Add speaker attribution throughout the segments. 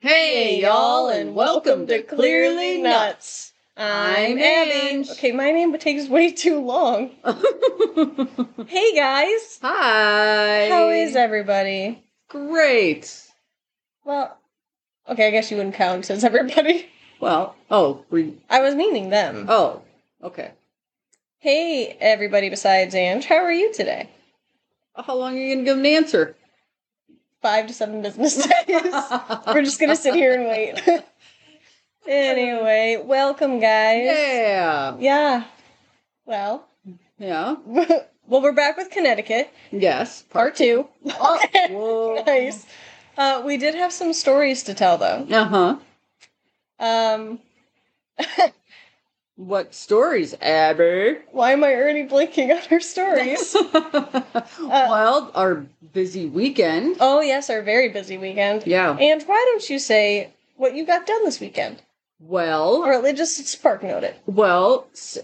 Speaker 1: Hey, y'all, and welcome to Clearly Nuts. I'm Abby.
Speaker 2: Okay, my name takes way too long. Hey guys,
Speaker 1: Hi.
Speaker 2: how is everybody?
Speaker 1: Great.
Speaker 2: Well, okay, I guess you wouldn't count since everybody.
Speaker 1: Well, oh, we,
Speaker 2: I was meaning them.
Speaker 1: oh, okay.
Speaker 2: Hey everybody besides Ange, how are you today?
Speaker 1: How long are you gonna give an answer?
Speaker 2: Five to seven business days. We're just gonna sit here and wait. anyway, welcome guys.
Speaker 1: Yeah.
Speaker 2: Yeah. Well,
Speaker 1: Yeah.
Speaker 2: well, we're back with Connecticut,
Speaker 1: Yes.
Speaker 2: part two.
Speaker 1: Oh. Whoa.
Speaker 2: nice. Uh, we did have some stories to tell though.
Speaker 1: Uh huh.
Speaker 2: Um,
Speaker 1: What stories, Abby?
Speaker 2: why am I already blinking on our stories? Uh,
Speaker 1: well, our busy weekend.
Speaker 2: oh yes, our very busy weekend.
Speaker 1: Yeah.
Speaker 2: And why don't you say what you got done this weekend,
Speaker 1: Well,
Speaker 2: or at least just spark note it?
Speaker 1: Well, s-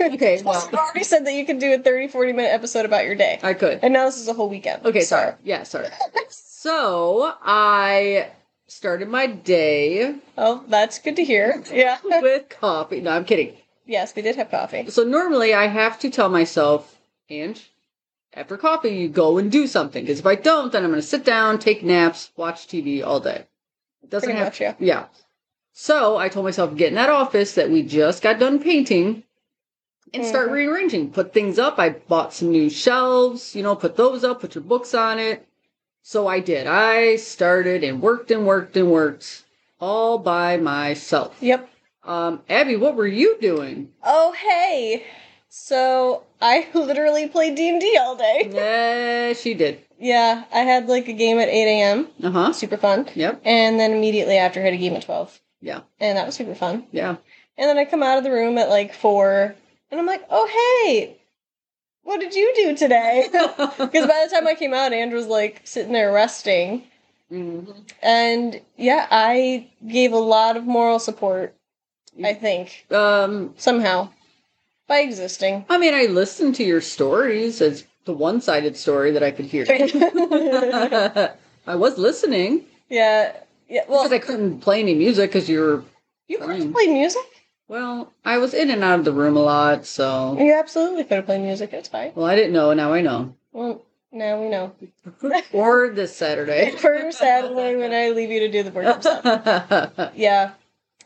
Speaker 1: okay, well,
Speaker 2: You already said that you could do a 30, 40 minute episode about your day,
Speaker 1: I could.
Speaker 2: and now this is a whole weekend.
Speaker 1: Okay,
Speaker 2: Sorry.
Speaker 1: sorry. Yeah, sorry. So I started my day
Speaker 2: Oh, that's good to hear. Yeah.
Speaker 1: with coffee. No, I'm kidding.
Speaker 2: yes, we did have coffee.
Speaker 1: So normally I have to tell myself, Ange, after coffee, you go and do something. Because if I don't, then I'm going to sit down, take naps, watch TV all day. It doesn't
Speaker 2: Pretty
Speaker 1: have
Speaker 2: much, yeah.
Speaker 1: Yeah. So I told myself, get in that office that we just got done painting and start
Speaker 2: Mhm.
Speaker 1: rearranging. Put things up. I bought some new shelves, you know, put those up, put your books on it. So I did. I started and worked and worked and worked all by myself.
Speaker 2: Yep.
Speaker 1: Um, Abby, what were you doing?
Speaker 2: Oh hey. So I literally played D and D all day.
Speaker 1: Mm. yeah, she did.
Speaker 2: Yeah, I had like a game at 8 a.m.
Speaker 1: Uh huh.
Speaker 2: Super fun.
Speaker 1: Yep.
Speaker 2: And then immediately after, I had a game at 12.
Speaker 1: Yeah.
Speaker 2: And that was super fun.
Speaker 1: Yeah.
Speaker 2: And then I come out of the room at like 4, and I'm like, oh, hey, what did you do today? Because by the time I came out, Andrew was like sitting there resting.
Speaker 1: Mhm.
Speaker 2: And yeah, I gave a lot of moral support, I think,
Speaker 1: Um,
Speaker 2: somehow, by existing.
Speaker 1: I mean, I listened to your stories as the one-sided story that I could hear.
Speaker 2: yeah.
Speaker 1: I was listening
Speaker 2: Yeah. Well,
Speaker 1: because I couldn't play any music because you were
Speaker 2: you could
Speaker 1: fine.
Speaker 2: have played music.
Speaker 1: well. I was in and out of the room a lot, so
Speaker 2: You absolutely could have played music. It's fine.
Speaker 1: well, I didn't know. Now I know.
Speaker 2: Well, now we know.
Speaker 1: or this Saturday.
Speaker 2: For Saturday, when I leave you to do the work yourself. Yeah.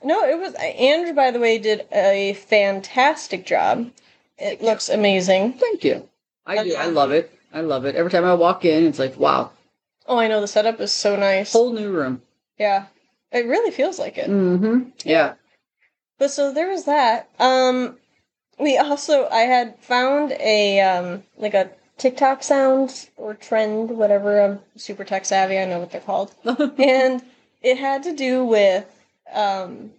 Speaker 2: No, it was. Andrew, by the way, did a fantastic job. It looks amazing.
Speaker 1: Thank you. I do. I love it. I love it. Every time I walk in, it's like wow,
Speaker 2: Oh, I know the setup is so nice.
Speaker 1: whole new room.
Speaker 2: Yeah, it really feels like it.
Speaker 1: Mm-hmm. Yeah.
Speaker 2: But so there was that. Um, we also I had found a um like a TikTok sounds or trend, whatever. I'm super tech savvy. I know what they're called. and it had to do with um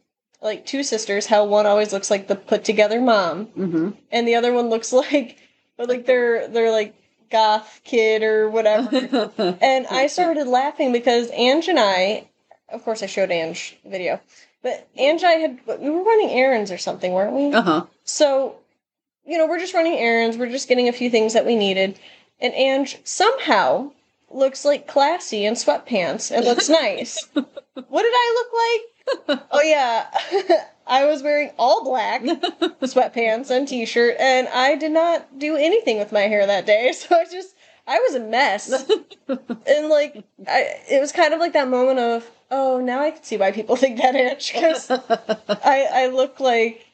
Speaker 2: like two sisters how one always looks like the put together mom
Speaker 1: mm-hmm.
Speaker 2: and the other one looks like like they're they're like goth kid or whatever and i started laughing because ange and i of course i showed ange the video but ange and i had we were running errands or something weren't we
Speaker 1: uh huh.
Speaker 2: so, you know, we're just running errands, we're just getting a few things that we needed. And Ange somehow looks like classy in sweatpants and looks nice. what did I look like? Oh, yeah. I was wearing all black sweatpants and t shirt, and I did not do anything with my hair that day. So I just, I was a mess. and like, I, it was kind of like that moment of, oh, now I can see why people think that Ange, because I, I look like,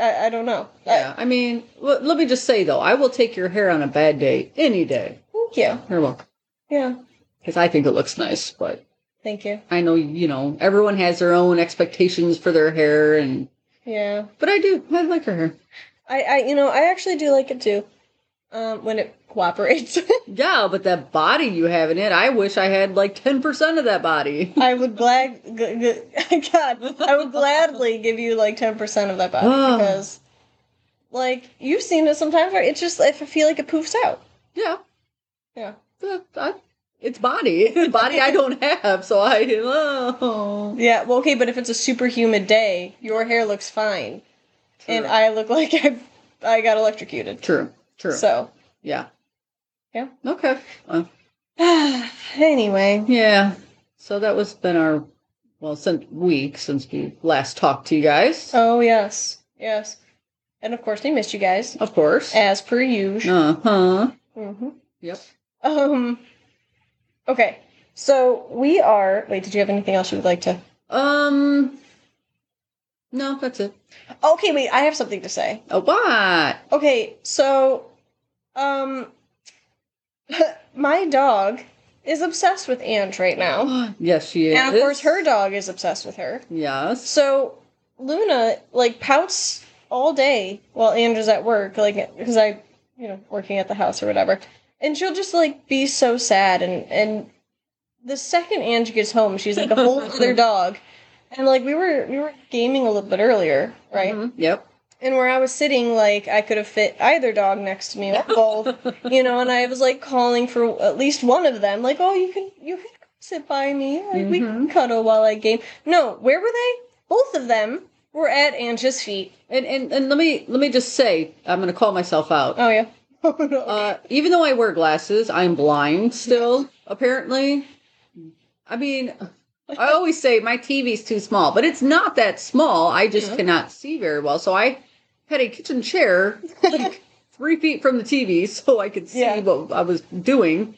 Speaker 2: I, I don't know. I-
Speaker 1: Yeah. I mean, l- let me just say though, I will take your hair on a bad day any day.
Speaker 2: Thank you.
Speaker 1: You're welcome.
Speaker 2: Yeah.
Speaker 1: Because I think it looks nice, but
Speaker 2: Thank you.
Speaker 1: I know, you know, everyone has their own expectations for their hair and
Speaker 2: Yeah.
Speaker 1: but I do. I like her hair.
Speaker 2: I, I you know, I actually do like it too. Um, when it cooperates.
Speaker 1: Yeah, but that body you have in it, I wish I had like ten percent of that body.
Speaker 2: I would glad g- g- God, I would gladly give you like ten percent of that body
Speaker 1: Oh.
Speaker 2: because like you've seen it sometimes where it's just if I feel like it poofs out.
Speaker 1: Yeah.
Speaker 2: Yeah.
Speaker 1: yeah, I, it's body. body I don't have, so I oh.
Speaker 2: Yeah, well okay, but if it's a super humid day, your hair looks fine. And
Speaker 1: True.
Speaker 2: I look like I I got electrocuted.
Speaker 1: True. True.
Speaker 2: So
Speaker 1: yeah.
Speaker 2: Yeah.
Speaker 1: Okay. Uh,
Speaker 2: anyway.
Speaker 1: yeah. So that was been our well since week since we last talked to you guys.
Speaker 2: Oh, yes. Yes. And of course, they missed you guys,
Speaker 1: Of course.
Speaker 2: as per usual.
Speaker 1: Uh huh.
Speaker 2: Mm-hmm.
Speaker 1: Yep.
Speaker 2: Um. Okay. So we are. Wait, did you have anything else you would like to?
Speaker 1: Um. No, that's it.
Speaker 2: Okay, wait. I have something to say.
Speaker 1: A what?
Speaker 2: Okay, so, um, my dog is obsessed with Ange right now,
Speaker 1: Oh, yes, she is.
Speaker 2: and of course, her dog is obsessed with her.
Speaker 1: Yes.
Speaker 2: So Luna like pouts all day while Andrew's at work, like because I, you know, working at the house or whatever, and she'll just like be so sad and and the second Angie gets home, she's like a whole other dog, and like we were we were gaming a little bit earlier, right?
Speaker 1: Mhm, Yep.
Speaker 2: And where I was sitting, like I could have fit either dog next to me or both, you know, and I was like calling for at least one of them, like, oh, you can you can sit by me, like, we
Speaker 1: Mm-hmm.
Speaker 2: can cuddle while I game. No, where were they? Both of them were at Angie's feet.
Speaker 1: And, and and let me let me just say, I'm gonna call myself out.
Speaker 2: Oh yeah. Oh, no.
Speaker 1: Uh, even though I wear glasses, I'm blind still, apparently. I mean, I always say my TV's too small, but it's not that small. I just
Speaker 2: Yeah.
Speaker 1: cannot see very well. So I had a kitchen chair like three feet from the TV so I could see
Speaker 2: Yeah.
Speaker 1: what I was doing.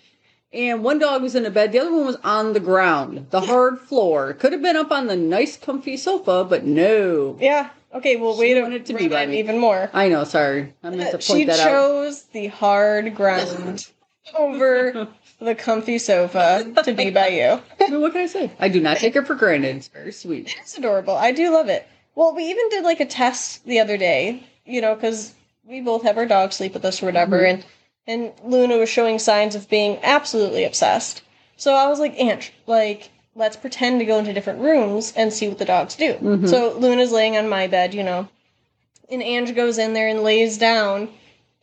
Speaker 1: And one dog was in a bed, the other one was on the ground, the hard floor. Could have been up on the nice, comfy sofa, but no.
Speaker 2: yeah. Okay. Well, wait.
Speaker 1: wanted to be by me.
Speaker 2: even more. Uh,
Speaker 1: I know, sorry. I meant to point
Speaker 2: She
Speaker 1: that out.
Speaker 2: chose the hard ground over the comfy sofa to be by you.
Speaker 1: I mean, what can I say? I do not take her for granted. It's very sweet.
Speaker 2: It's adorable. I do love it. Well, we even did like a test the other day, you know, because we both have our dog sleep with us or whatever, and and Luna was showing signs of being absolutely obsessed. So I was like, Aunt, like let's pretend to go into different rooms and see what the dogs do.
Speaker 1: Mhm.
Speaker 2: So Luna's laying on my bed, you know, and Ange goes in there and lays down.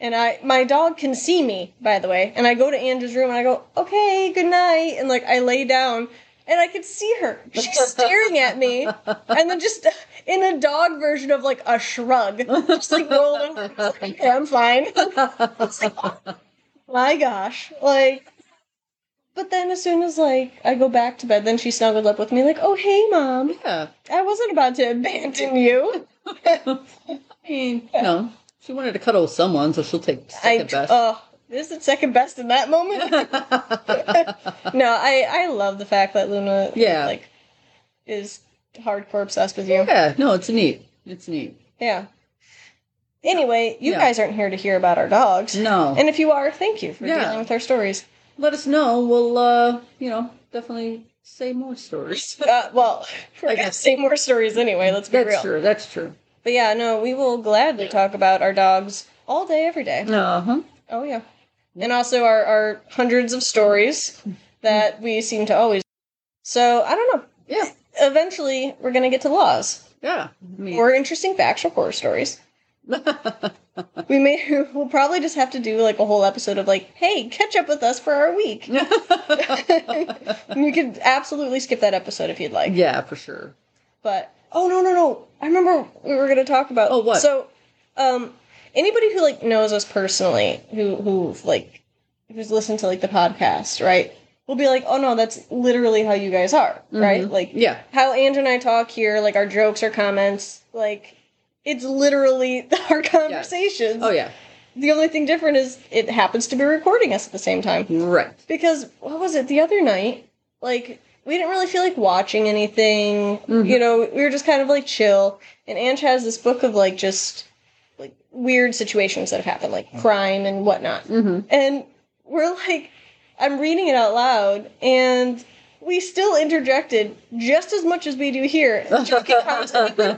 Speaker 2: And I, my dog can see me, by the way. And I go to Ange's room and I go, okay, good night. And like, I lay down and I could see her. She's staring at me. And then just in a dog version of like a shrug, just like rolled over. It's like, okay, I'm fine. It's like, oh, my gosh. Like, but then as soon as like I go back to bed, then she snuggled up with me like, oh, hey, mom,
Speaker 1: Yeah.
Speaker 2: I wasn't about to abandon you.
Speaker 1: I mean, you know, she wanted to cuddle with someone, so she'll take
Speaker 2: I,
Speaker 1: second best.
Speaker 2: oh, this is second best in that moment. no, I I love the fact that Luna
Speaker 1: Yeah.
Speaker 2: like is hardcore obsessed with you.
Speaker 1: yeah, no, it's neat. It's neat.
Speaker 2: Yeah. Anyway, you
Speaker 1: Yeah.
Speaker 2: guys aren't here to hear about our dogs.
Speaker 1: No.
Speaker 2: And if you are, thank you for
Speaker 1: Yeah.
Speaker 2: dealing with our stories.
Speaker 1: Let us know. We'll, uh, you know, definitely say more stories.
Speaker 2: Uh, well, we're
Speaker 1: I
Speaker 2: gonna
Speaker 1: guess.
Speaker 2: say more stories anyway. Let's be
Speaker 1: That's
Speaker 2: real.
Speaker 1: true. That's true.
Speaker 2: But yeah, no, we will gladly talk about our dogs all day, every day.
Speaker 1: Uh huh.
Speaker 2: Oh yeah, and also our our hundreds of stories that we seem to always. So I don't know.
Speaker 1: Yeah.
Speaker 2: Eventually, we're gonna get to laws
Speaker 1: Yeah. I mean,
Speaker 2: or interesting factual horror stories. We may we'll probably just have to do like a whole episode of like, hey, catch up with us for our week. you could absolutely skip that episode if you'd like.
Speaker 1: yeah, for sure.
Speaker 2: But oh no no no! I remember we were gonna talk about
Speaker 1: Oh, what?
Speaker 2: So, um, anybody who like knows us personally, who who like who's listened to like the podcast, right? Will be like, oh no, that's literally how you guys are, right?
Speaker 1: Mhm.
Speaker 2: Like
Speaker 1: yeah.
Speaker 2: how Andrew and I talk here, like our jokes or comments, like it's literally our conversations.
Speaker 1: Oh, yeah.
Speaker 2: The only thing different is it happens to be recording us at the same time.
Speaker 1: Right.
Speaker 2: Because what was it the other night? Like we didn't really feel like watching anything. You know, we were just kind of like chill. And Ange has this book of like just like weird situations that have happened, like crime and whatnot.
Speaker 1: Mhm.
Speaker 2: And we're like, I'm reading it out loud, and we still interjected just as much as we do here. Joking constantly,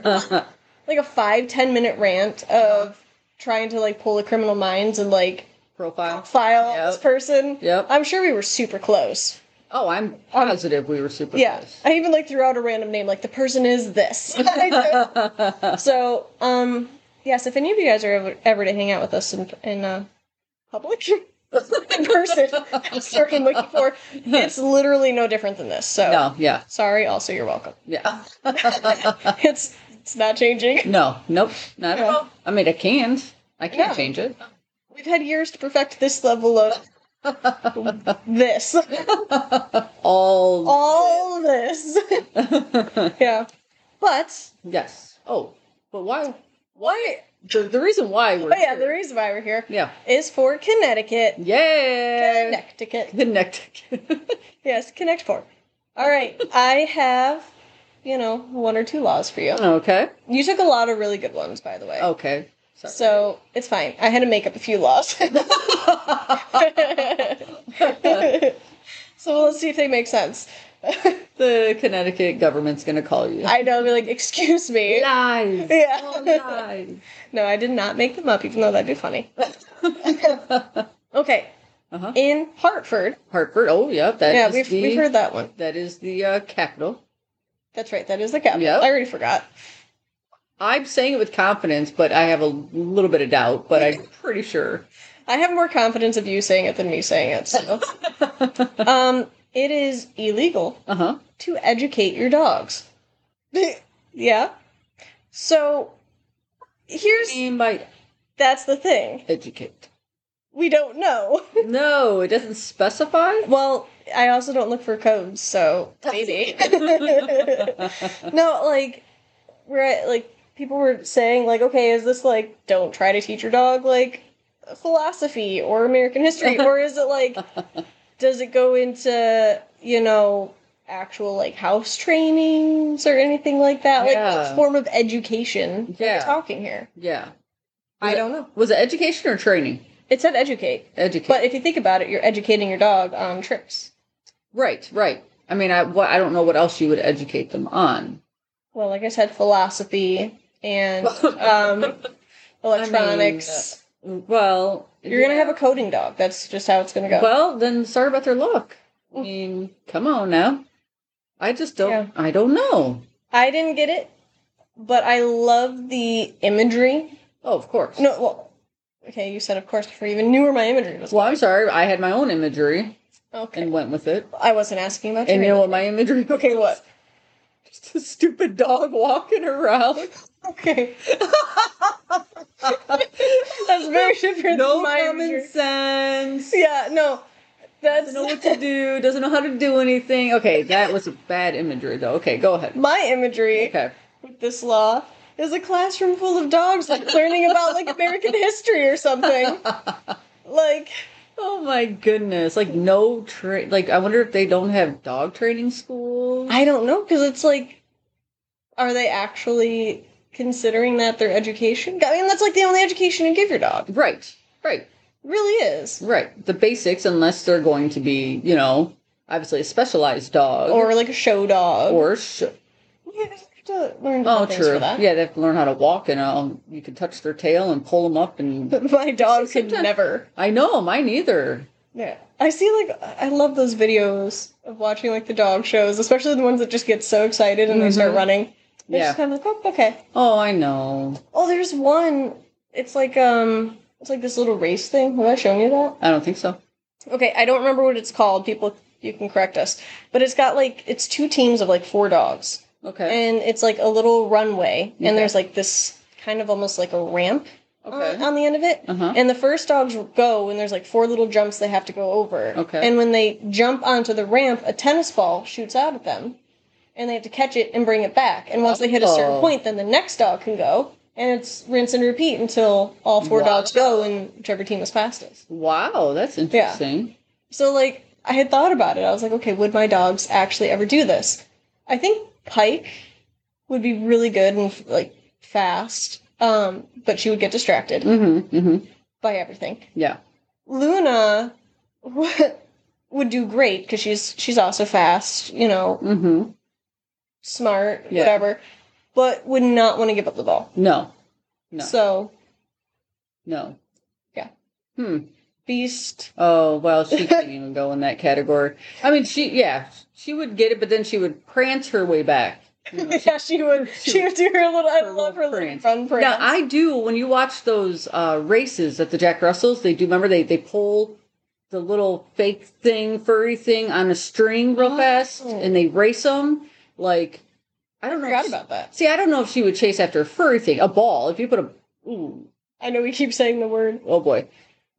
Speaker 2: like a five ten minute rant of trying to like pull a criminal minds and like
Speaker 1: Profile.
Speaker 2: file
Speaker 1: Yep.
Speaker 2: this person.
Speaker 1: Yep.
Speaker 2: I'm sure we were super close.
Speaker 1: Oh, I'm positive we were super
Speaker 2: Yeah.
Speaker 1: close.
Speaker 2: I even like threw out a random name, like the person is this. so, um, yes, if any of you guys are ever, ever to hang out with us in, in uh, public, in person, that's the word I'm looking for. It's literally no different than this. So,
Speaker 1: No, yeah.
Speaker 2: sorry. Also, you're welcome.
Speaker 1: Yeah.
Speaker 2: It's it's not changing.
Speaker 1: No, nope, not at
Speaker 2: Yeah.
Speaker 1: all. I mean, I can't. I can't
Speaker 2: No.
Speaker 1: change it.
Speaker 2: We've had years to perfect this level of this.
Speaker 1: All.
Speaker 2: All this. yeah. But
Speaker 1: yes. Oh, but why?
Speaker 2: why
Speaker 1: The, the reason why we're
Speaker 2: oh yeah, the
Speaker 1: here-
Speaker 2: reason why we're here
Speaker 1: yeah,
Speaker 2: is for Connecticut.
Speaker 1: yeah,
Speaker 2: Connecticut.
Speaker 1: Connecticut.
Speaker 2: Yes, Connect Four. Alright. I have, you know, one or two laws for you.
Speaker 1: okay,
Speaker 2: You took a lot of really good ones, by the way.
Speaker 1: okay. Oh, Sorry.
Speaker 2: So it's fine. I had to make up a few laws. so let's see if they make sense.
Speaker 1: the Connecticut government's gonna call you.
Speaker 2: I know, I'll be like, excuse me.
Speaker 1: lies.
Speaker 2: Yeah.
Speaker 1: All lies.
Speaker 2: No, I did not make them up, even though that'd be funny. Okay.
Speaker 1: Uh-huh.
Speaker 2: In Hartford.
Speaker 1: Hartford. Oh, yeah. that
Speaker 2: yeah,
Speaker 1: is
Speaker 2: we've,
Speaker 1: the,
Speaker 2: we've heard that one.
Speaker 1: that is the uh, capital.
Speaker 2: That's right. That is the capital.
Speaker 1: Yep.
Speaker 2: I already forgot.
Speaker 1: I'm saying it with confidence, but I have a little bit of doubt. But I'm pretty sure.
Speaker 2: I have more confidence of you saying it than me saying it. So,
Speaker 1: uh
Speaker 2: um, it is illegal
Speaker 1: huh.
Speaker 2: to educate your dogs. yeah. So, here's
Speaker 1: Name by
Speaker 2: that's the thing.
Speaker 1: educate.
Speaker 2: We don't know.
Speaker 1: No, it doesn't specify.
Speaker 2: Well, I also don't look for codes, so maybe. no, like right, like people were saying, like, okay, is this like don't try to teach your dog like philosophy or American history, or is it like does it go into you know actual like house trainings or anything like that, like
Speaker 1: Yeah.
Speaker 2: a form of education? that we're
Speaker 1: Yeah.
Speaker 2: talking here.
Speaker 1: Yeah.
Speaker 2: I don't know.
Speaker 1: Was it education or training?
Speaker 2: It said educate,
Speaker 1: Educate.
Speaker 2: but if you think about it, you're educating your dog on tricks.
Speaker 1: right. Right. I mean, I what I don't know what else you would educate them on.
Speaker 2: Well, like I said, philosophy and um, electronics.
Speaker 1: Well,
Speaker 2: You're gonna have a coding dog. That's just how it's gonna go.
Speaker 1: uh, Well, then sorry about their luck. I mean, come on now. I just don't.
Speaker 2: Mm. Yeah.
Speaker 1: I don't know.
Speaker 2: I didn't get it, but I love the imagery.
Speaker 1: Oh, of course.
Speaker 2: No, well, okay, you said of course before you even knew where my imagery was.
Speaker 1: Well, I'm sorry. I had my own imagery
Speaker 2: Okay,
Speaker 1: and went with it.
Speaker 2: I wasn't asking about
Speaker 1: And you
Speaker 2: your.
Speaker 1: know what my imagery?
Speaker 2: Okay,
Speaker 1: was?
Speaker 2: what?
Speaker 1: Just a stupid dog walking around.
Speaker 2: Okay, that's very different.
Speaker 1: no
Speaker 2: than my
Speaker 1: common
Speaker 2: imagery.
Speaker 1: sense.
Speaker 2: Yeah, no, that's
Speaker 1: Doesn't know what to do. Doesn't know how to do anything. Okay, that was a bad imagery though. Okay, go ahead.
Speaker 2: my imagery.
Speaker 1: Okay.
Speaker 2: with this law is a classroom full of dogs like learning about like American history or something. Like
Speaker 1: Oh my goodness! Like no train. Like I wonder if they don't have dog training schools.
Speaker 2: I don't know because it's like, are they actually considering that their education? I mean, that's like the only education you give your dog.
Speaker 1: Right, right,
Speaker 2: It really is,
Speaker 1: right. The basics, unless they're going to be, you know, obviously a specialized dog
Speaker 2: or like a show dog.
Speaker 1: or sh-
Speaker 2: you have to learn different
Speaker 1: oh,
Speaker 2: things
Speaker 1: true.
Speaker 2: for that.
Speaker 1: Yeah, they have to learn how to walk, and um, you can touch their tail and pull them up, and
Speaker 2: But my dog could
Speaker 1: Sometimes-
Speaker 2: never.
Speaker 1: I know mine either.
Speaker 2: Yeah, I see. Like, I love those videos of watching like the dog shows, especially the ones that just get so excited and they start
Speaker 1: Mhm.
Speaker 2: running. They're
Speaker 1: Yeah.
Speaker 2: just kind of like, oh, okay.
Speaker 1: Oh, I know.
Speaker 2: Oh, there's one. It's like um, it's like this little race thing. Have I shown you that?
Speaker 1: I don't think so.
Speaker 2: Okay, I don't remember what it's called. People, you can correct us. But it's got like it's two teams of like four dogs,
Speaker 1: Okay.
Speaker 2: and it's like a little runway,
Speaker 1: Okay.
Speaker 2: and there's like this kind of almost like a ramp on-
Speaker 1: Okay.
Speaker 2: Uh, on, the end of it.
Speaker 1: Uh-huh.
Speaker 2: And the first dogs go, and there's like four little jumps they have to go over.
Speaker 1: Okay.
Speaker 2: And when they jump onto the ramp, a tennis ball shoots out at them, and they have to catch it and bring it back. And once they hit a certain
Speaker 1: Oh.
Speaker 2: point, then the next dog can go, and it's rinse and repeat until all four
Speaker 1: Wow.
Speaker 2: dogs go, and whichever team is fastest.
Speaker 1: wow, that's interesting.
Speaker 2: So like I had thought about it. I was like, okay, would my dogs actually ever do this? I think Pike would be really good and like fast, um, but she would get distracted
Speaker 1: Mm-hmm. Mm-hmm.
Speaker 2: by everything.
Speaker 1: Yeah.
Speaker 2: Luna would do great because she's she's also fast, you know,
Speaker 1: Mm-hmm.
Speaker 2: smart,
Speaker 1: Yeah.
Speaker 2: whatever, but would not want to give up the ball.
Speaker 1: No. No.
Speaker 2: So
Speaker 1: No.
Speaker 2: Yeah.
Speaker 1: Hmm.
Speaker 2: Beast,
Speaker 1: Oh well, she can't even go in that category. I mean, she yeah, she would get it, but then she would prance her way back. You know, she-
Speaker 2: yeah, she would. She would do her little. I
Speaker 1: Her
Speaker 2: love her
Speaker 1: little
Speaker 2: little
Speaker 1: prance.
Speaker 2: fun prance.
Speaker 1: now I do. When you watch those uh, races at the Jack Russells, they do. Remember they they pull the little fake thing, furry thing on a string real fast,
Speaker 2: Oh.
Speaker 1: and they race them. Like I don't know.
Speaker 2: forgot
Speaker 1: if-
Speaker 2: about that.
Speaker 1: See, I don't know if she would chase after a furry thing, a ball. If you put a ooh,
Speaker 2: I know we keep saying the word.
Speaker 1: oh boy,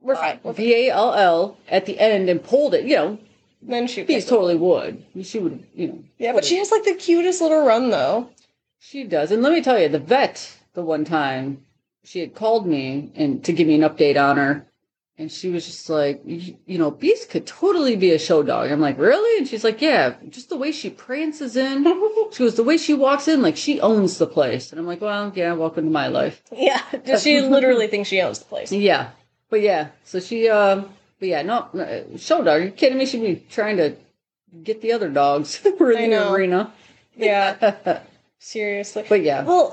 Speaker 2: We're fine. We're fine.
Speaker 1: V A L L at the end and pulled it. You know,
Speaker 2: Then she
Speaker 1: Bees totally would. I mean, She would, you know.
Speaker 2: Yeah, but she has like the cutest little run though.
Speaker 1: She does. And let me tell you, the vet, the one time she had called me and to give me an update on her, and she was just like, "You you know, Beast could totally be a show dog." I'm like, "Really?" And she's like, "Yeah, just the way she prances in." She goes, "The way she walks in, like she owns the place." And I'm like, "Well, yeah, welcome to my life."
Speaker 2: yeah, she literally thinks she owns the place.
Speaker 1: Yeah, but yeah, so she, um, but yeah, no, no, show dog. Are you kidding me? She'd be trying to get the other dogs that were in
Speaker 2: I
Speaker 1: the
Speaker 2: know.
Speaker 1: arena. Oh,
Speaker 2: Yeah,
Speaker 1: but
Speaker 2: seriously.
Speaker 1: yeah,
Speaker 2: Well,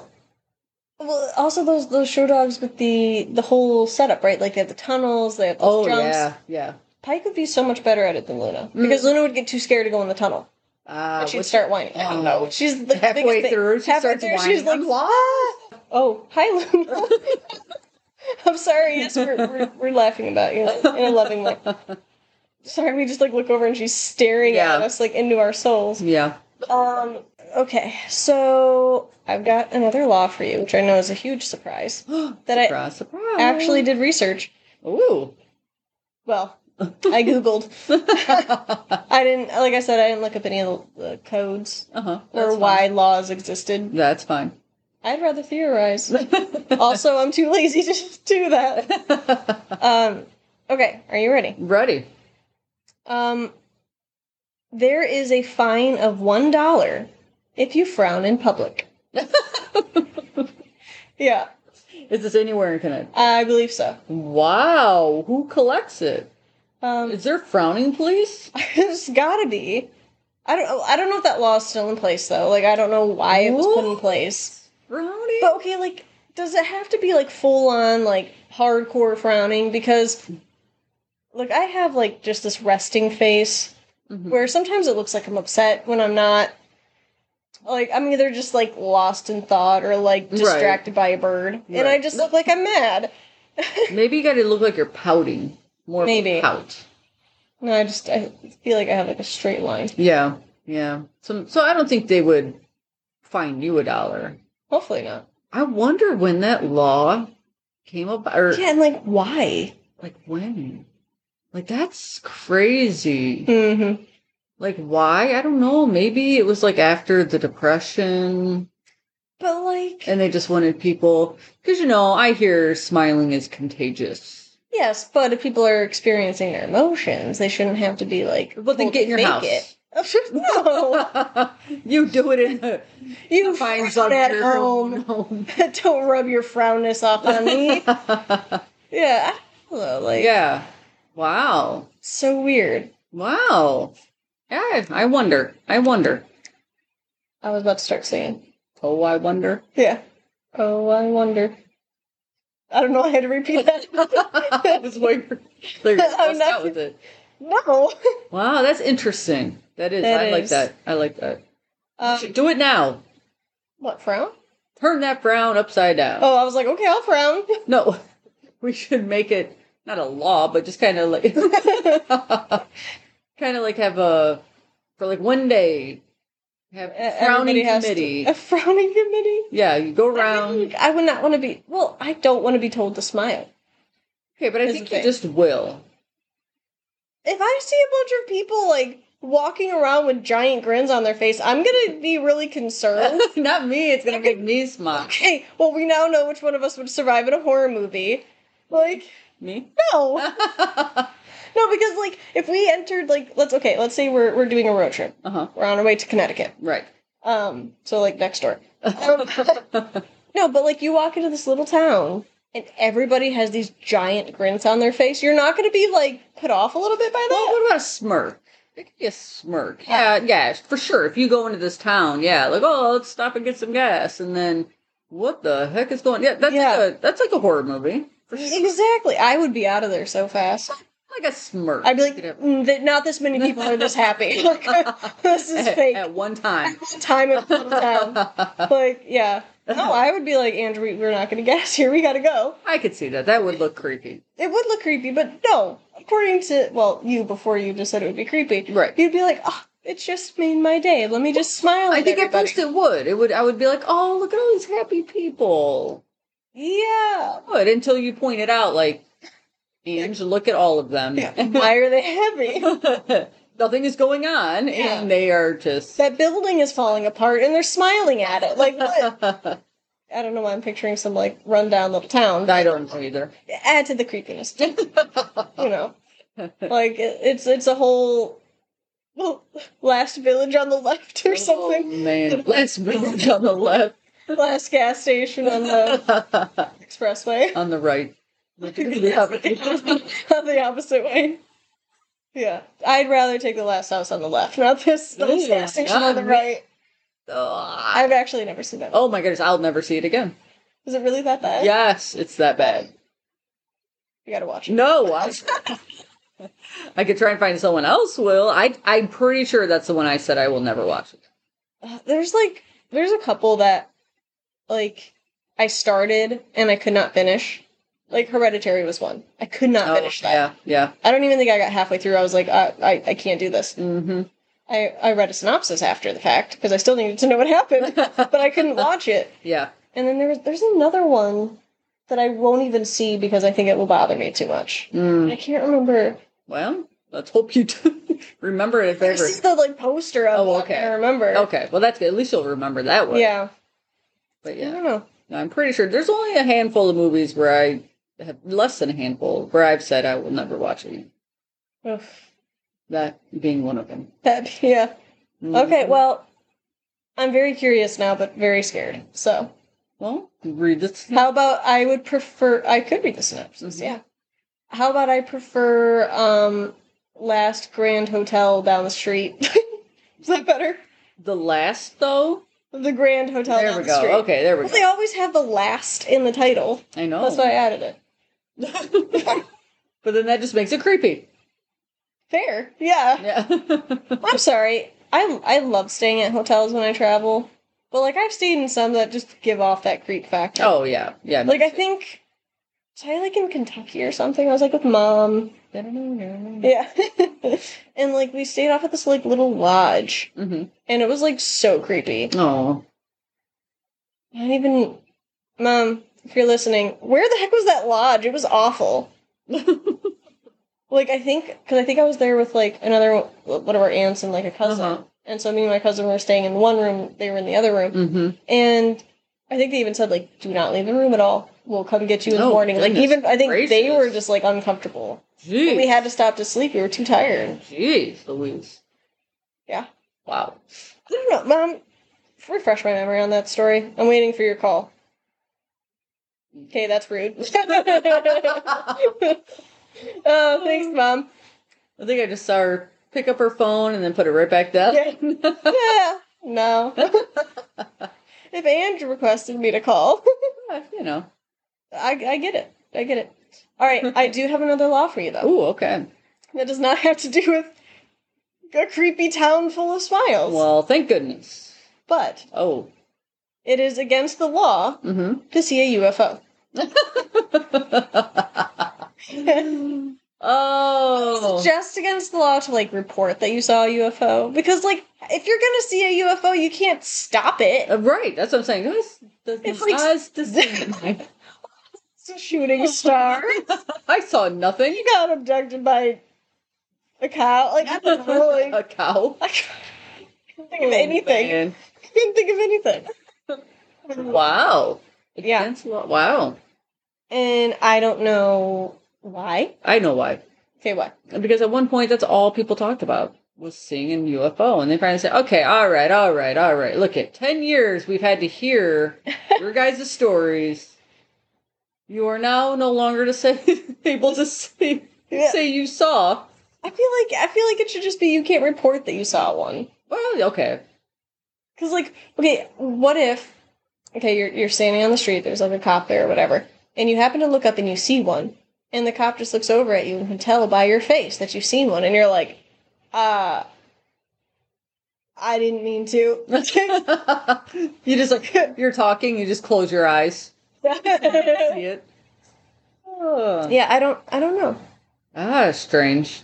Speaker 2: well, also those those show dogs with the the whole setup, right? Like they have the tunnels, they have
Speaker 1: oh
Speaker 2: those jumps.
Speaker 1: yeah, yeah.
Speaker 2: Pike would be so much better at it than Luna because Luna would get too scared to go in the tunnel.
Speaker 1: Uh,
Speaker 2: and she'd
Speaker 1: what's-
Speaker 2: start whining. I don't know.
Speaker 1: Oh.
Speaker 2: She's the biggest
Speaker 1: halfway
Speaker 2: thing-
Speaker 1: through, she
Speaker 2: halfway
Speaker 1: starts
Speaker 2: through,
Speaker 1: whining.
Speaker 2: She's like,
Speaker 1: I'm "What?"
Speaker 2: "Oh, hi, Luna." I'm sorry. Yes, we're, we're we're laughing about you in a loving way. Sorry, we just like look over and she's staring
Speaker 1: Yeah.
Speaker 2: at us like into our souls.
Speaker 1: Yeah.
Speaker 2: Um. Okay, so I've got another law for you, which I know is a huge surprise. That I
Speaker 1: surprise, surprise.
Speaker 2: actually did research.
Speaker 1: Ooh.
Speaker 2: Well, I googled.
Speaker 1: uh
Speaker 2: I didn't. Like I said, I didn't look up any of the the codes
Speaker 1: huh.
Speaker 2: or why laws existed.
Speaker 1: That's fine.
Speaker 2: I'd rather theorize. also, I'm too lazy to do that. Um, okay, are you ready?
Speaker 1: Ready.
Speaker 2: Um, there is a fine of one dollar if you frown in public. yeah,
Speaker 1: Is this anywhere in Connecticut?
Speaker 2: I believe so.
Speaker 1: Wow. Who collects it?
Speaker 2: Um,
Speaker 1: Is there frowning police?
Speaker 2: it's gotta be. I don't. I don't know if that law is still in place though. Like, I don't know why it was put in
Speaker 1: What?
Speaker 2: place.
Speaker 1: Frowning?
Speaker 2: But okay, like, does it have to be like full on, like hardcore frowning? Because, look, I have like just this resting face
Speaker 1: Mhm.
Speaker 2: where sometimes it looks like I'm upset when I'm not. Like, I'm either just like lost in thought or like
Speaker 1: Right.
Speaker 2: distracted by a bird, and I
Speaker 1: Right.
Speaker 2: just look like I'm mad.
Speaker 1: Maybe you gotta look like you're pouting. More of a
Speaker 2: Maybe.
Speaker 1: pout.
Speaker 2: No, I just I feel like I have like a straight line.
Speaker 1: Yeah. Yeah. So, so I don't think they would fine you a dollar.
Speaker 2: Hopefully not.
Speaker 1: I wonder when that law came about. Or
Speaker 2: Yeah, and like why?
Speaker 1: like when like that's crazy
Speaker 2: Mm-hmm.
Speaker 1: like why i don't know maybe it was like after the depression
Speaker 2: But like,
Speaker 1: and they just wanted people because you know i hear smiling is contagious
Speaker 2: yes, but if people are experiencing their emotions, they shouldn't have to be like.
Speaker 1: but then
Speaker 2: told
Speaker 1: get in
Speaker 2: to
Speaker 1: your
Speaker 2: fake
Speaker 1: house
Speaker 2: It. no,
Speaker 1: you do it in the
Speaker 2: you
Speaker 1: fine
Speaker 2: frown at home. Don't rub your frownness off on me. yeah, I don't know, like
Speaker 1: yeah wow
Speaker 2: so weird.
Speaker 1: wow yeah i wonder i wonder
Speaker 2: I was about to start singing.
Speaker 1: oh i wonder
Speaker 2: Yeah. Oh, I wonder. I don't know. I had to repeat that.
Speaker 1: i was waiting for they're
Speaker 2: I'm not-
Speaker 1: out with it
Speaker 2: no.
Speaker 1: Wow, that's interesting. That is.
Speaker 2: That
Speaker 1: I like
Speaker 2: is.
Speaker 1: that. I like that.
Speaker 2: Um,
Speaker 1: Do it now.
Speaker 2: what frown?
Speaker 1: Turn that frown upside down.
Speaker 2: Oh, I was like, okay, I'll frown.
Speaker 1: No, we should make it not a law, but just kind of like, kind of like have a for like one day have
Speaker 2: E- everybody
Speaker 1: frowning
Speaker 2: has to-
Speaker 1: committee.
Speaker 2: a frowning committee.
Speaker 1: yeah, you go
Speaker 2: I,
Speaker 1: around.
Speaker 2: wouldn't- I would not want to be. Well, I don't want to be told to smile.
Speaker 1: Okay, but I
Speaker 2: Is
Speaker 1: think
Speaker 2: the
Speaker 1: you
Speaker 2: thing.
Speaker 1: just will.
Speaker 2: if I see a bunch of people like walking around with giant grins on their face, I'm gonna be really concerned.
Speaker 1: not me. It's gonna make me smile.
Speaker 2: okay, well, we now know which one of us would survive in a horror movie. Like,
Speaker 1: Me.
Speaker 2: no,
Speaker 1: uh
Speaker 2: no, because like if we entered like let's okay, let's say we're we're doing a road trip,
Speaker 1: huh.
Speaker 2: we're on our way to Connecticut,
Speaker 1: Uh-huh. Right.
Speaker 2: um, so like next door. Um, no, but like you walk into this little town. And everybody has these giant grins on their face. You're not going to be like put off a little bit by
Speaker 1: Well,
Speaker 2: that.
Speaker 1: what about a smirk? It could be a smirk. Yeah, yeah, for sure. If you go into this town, yeah, like oh, let's stop and get some gas, and then what the heck is going? Yeah, that's
Speaker 2: Yeah.
Speaker 1: like a that's like a horror movie for sure.
Speaker 2: Exactly. I would be out of there so fast.
Speaker 1: Like a smirk.
Speaker 2: I'd be like,
Speaker 1: You could
Speaker 2: "Mm, th- not this many people are this happy. Like, this is
Speaker 1: have- at,
Speaker 2: fake.
Speaker 1: at one time.
Speaker 2: Time of little town. Like, yeah. No, I would be like, Andrew, we- we're not going to gas here. We got to go.
Speaker 1: I could see that. That would look creepy.
Speaker 2: It would look creepy, but no. According to, well, you before you just said it would be creepy.
Speaker 1: Right.
Speaker 2: You'd be like, oh, it just made my day. Let me just smile
Speaker 1: I
Speaker 2: at
Speaker 1: think at
Speaker 2: everybody.
Speaker 1: first it would. It would. I would be like, oh, look at all these happy people.
Speaker 2: Yeah.
Speaker 1: Would until you pointed out like Ange, look at all of them.
Speaker 2: Why are they heavy?
Speaker 1: Nothing is going on,
Speaker 2: Yeah.
Speaker 1: and they are just.
Speaker 2: that building is falling apart and they're smiling at it. Like, what? I don't know why I'm picturing some like rundown little town.
Speaker 1: I don't know either.
Speaker 2: Add to the creepiness, you know. Like it- it's it's a whole well, last village on the left or
Speaker 1: Oh,
Speaker 2: something.
Speaker 1: man, let's move on the left, uh,
Speaker 2: Last gas station on the expressway.
Speaker 1: on the right.
Speaker 2: on the opposite way. Yeah. I'd rather take the last house on the left, not this the last
Speaker 1: Yeah.
Speaker 2: gas station on the
Speaker 1: Um,
Speaker 2: right.
Speaker 1: Ugh.
Speaker 2: I've actually never seen that.
Speaker 1: Oh my goodness, I'll never see it again.
Speaker 2: Is it really that bad?
Speaker 1: Yes, it's that bad.
Speaker 2: You gotta watch it.
Speaker 1: No, I, I could try and find someone else. Will I? I'm pretty sure that's the one I said I will never watch. again.
Speaker 2: Uh, there's like there's a couple that like I started and I could not finish. Like Hereditary was one. I could not finish that.
Speaker 1: Oh, yeah, yeah.
Speaker 2: I don't even think I got halfway through. I was like, I I, I can't do this.
Speaker 1: hmm
Speaker 2: I, I read a synopsis after the fact because I still needed to know what happened, but I couldn't watch it.
Speaker 1: yeah.
Speaker 2: And then there was there's another one that I won't even see because I think it will bother me too much.
Speaker 1: Mm.
Speaker 2: I can't remember.
Speaker 1: Well, let's hope you do. remember it if
Speaker 2: I
Speaker 1: ever.
Speaker 2: see the like poster of
Speaker 1: Oh,
Speaker 2: it,
Speaker 1: okay.
Speaker 2: I remember.
Speaker 1: Okay. Well, that's good. At least you'll remember that one.
Speaker 2: Yeah.
Speaker 1: But
Speaker 2: I
Speaker 1: yeah,
Speaker 2: don't know.
Speaker 1: No, I'm pretty sure there's only a handful of movies where I have less than a handful where I've said I will never watch it.
Speaker 2: Oof.
Speaker 1: That being one of them.
Speaker 2: That yeah.
Speaker 1: Mhm.
Speaker 2: Okay, well, I'm very curious now, but very scared. So,
Speaker 1: Well, read this.
Speaker 2: how about I would prefer? I could read the synopsis.
Speaker 1: Mhm.
Speaker 2: Yeah. How about I prefer um, Last Grand Hotel down the street? Is that better?
Speaker 1: The last though.
Speaker 2: The Grand Hotel
Speaker 1: there
Speaker 2: down
Speaker 1: we
Speaker 2: the
Speaker 1: go.
Speaker 2: street.
Speaker 1: Okay, there we
Speaker 2: Well,
Speaker 1: go.
Speaker 2: they always have the last in the title.
Speaker 1: I know.
Speaker 2: That's why I added it.
Speaker 1: But then that just makes it creepy.
Speaker 2: Fair. Yeah.
Speaker 1: Yeah.
Speaker 2: I'm sorry. I I love staying at hotels when I travel, but like I've stayed in some that just give off that creep factor.
Speaker 1: oh yeah, yeah.
Speaker 2: Like I think was I like in Kentucky or something? I was like with mom.
Speaker 1: Mm-hmm.
Speaker 2: Yeah. and like we stayed off at this like little lodge and it was like so creepy.
Speaker 1: Mm-hmm. Oh,
Speaker 2: I don't even Mom, if you're listening, where the heck was that lodge? It was awful. like I think cuz I think I was there with like another one of our aunts and like a cousin.
Speaker 1: Uh-huh.
Speaker 2: And so me and my cousin were staying in one room, they were in the other room.
Speaker 1: mm-hmm.
Speaker 2: And I think they even said like, "Do not leave the room at all. We'll come get you in the
Speaker 1: Oh,
Speaker 2: morning." Like
Speaker 1: goodness
Speaker 2: even I think they
Speaker 1: gracious.
Speaker 2: were just like uncomfortable.
Speaker 1: Jeez.
Speaker 2: We had to stop to sleep. We were too tired.
Speaker 1: Jeez, Louise.
Speaker 2: Yeah.
Speaker 1: Wow.
Speaker 2: I don't know, Mom. Refresh my memory on that story. I'm waiting for your call. Okay, that's rude. oh, thanks, Mom.
Speaker 1: I think I just saw her pick up her phone and then put it right back down.
Speaker 2: Yeah, no. if Andrew requested me to call,
Speaker 1: you know.
Speaker 2: I, I get it. I get it. All right, I do have another law for you though.
Speaker 1: Ooh, okay.
Speaker 2: That does not have to do with a creepy town full of smiles.
Speaker 1: Well, thank goodness.
Speaker 2: but
Speaker 1: Oh.
Speaker 2: it is against the law
Speaker 1: Mm-hmm.
Speaker 2: to see a UFO.
Speaker 1: oh.
Speaker 2: Just against the law to like report that you saw a UFO. Because like if you're gonna see a UFO, you can't stop it.
Speaker 1: Uh, Right, that's what I'm saying. Us, the,
Speaker 2: It's like-
Speaker 1: us the same.
Speaker 2: It's a shooting star.
Speaker 1: I saw nothing.
Speaker 2: you got abducted by a cow. Like I don't know. Like,
Speaker 1: a cow.
Speaker 2: I can't think
Speaker 1: Oh,
Speaker 2: of anything. I couldn't think of anything.
Speaker 1: Man. Wow.
Speaker 2: Yeah.
Speaker 1: Against law- Wow.
Speaker 2: And I don't know why.
Speaker 1: I know why.
Speaker 2: Okay, why?
Speaker 1: Because at one point, that's all people talked about was seeing a UFO, and they finally said, "Okay, all right, all right, all right. Look at ten years we've had to hear your guys' stories. You are now no longer to say able to say
Speaker 2: Yeah.
Speaker 1: say you saw.
Speaker 2: I feel like I feel like it should just be you can't report that you saw one.
Speaker 1: Well, okay,
Speaker 2: Cause like, okay, what if okay, you're you're standing on the street, there's like a cop there or whatever, and you happen to look up and you see one, and the cop just looks over at you and can tell by your face that you've seen one, and you're like, uh I didn't mean to.
Speaker 1: you just like you're talking. You just close your eyes. See
Speaker 2: yeah,
Speaker 1: it? Oh.
Speaker 2: I don't I don't know.
Speaker 1: Ah, strange.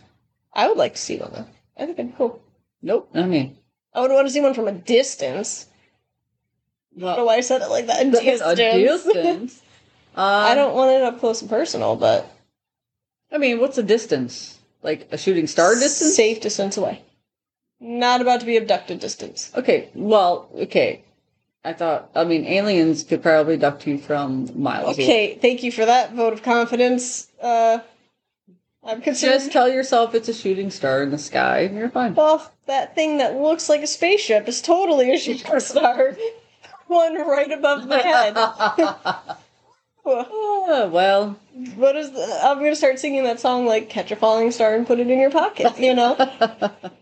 Speaker 2: I would like to see one though. I think that'd be cool.
Speaker 1: Nope. I mean,
Speaker 2: I would want to see one from a distance. I don't know
Speaker 1: well,
Speaker 2: why I said it like that. A
Speaker 1: a
Speaker 2: distance.
Speaker 1: distance. Um,
Speaker 2: I don't want it up close and personal, but
Speaker 1: I mean, what's the distance? Like a shooting star distance?
Speaker 2: Safe distance away. Not about to be abducted distance.
Speaker 1: Okay, well, okay. I thought, I mean, aliens could probably abduct you from miles. away.
Speaker 2: Okay, thank you for that vote of confidence. Uh, I'm concerned.
Speaker 1: Just tell yourself it's a shooting star in the sky and you're fine.
Speaker 2: well, that thing that looks like a spaceship is totally a shooting star. One right above my head.
Speaker 1: Ah,
Speaker 2: Wha-
Speaker 1: well,
Speaker 2: What is? The, I'm gonna start singing that song like "Catch a Falling Star" and put it in your pocket. You know,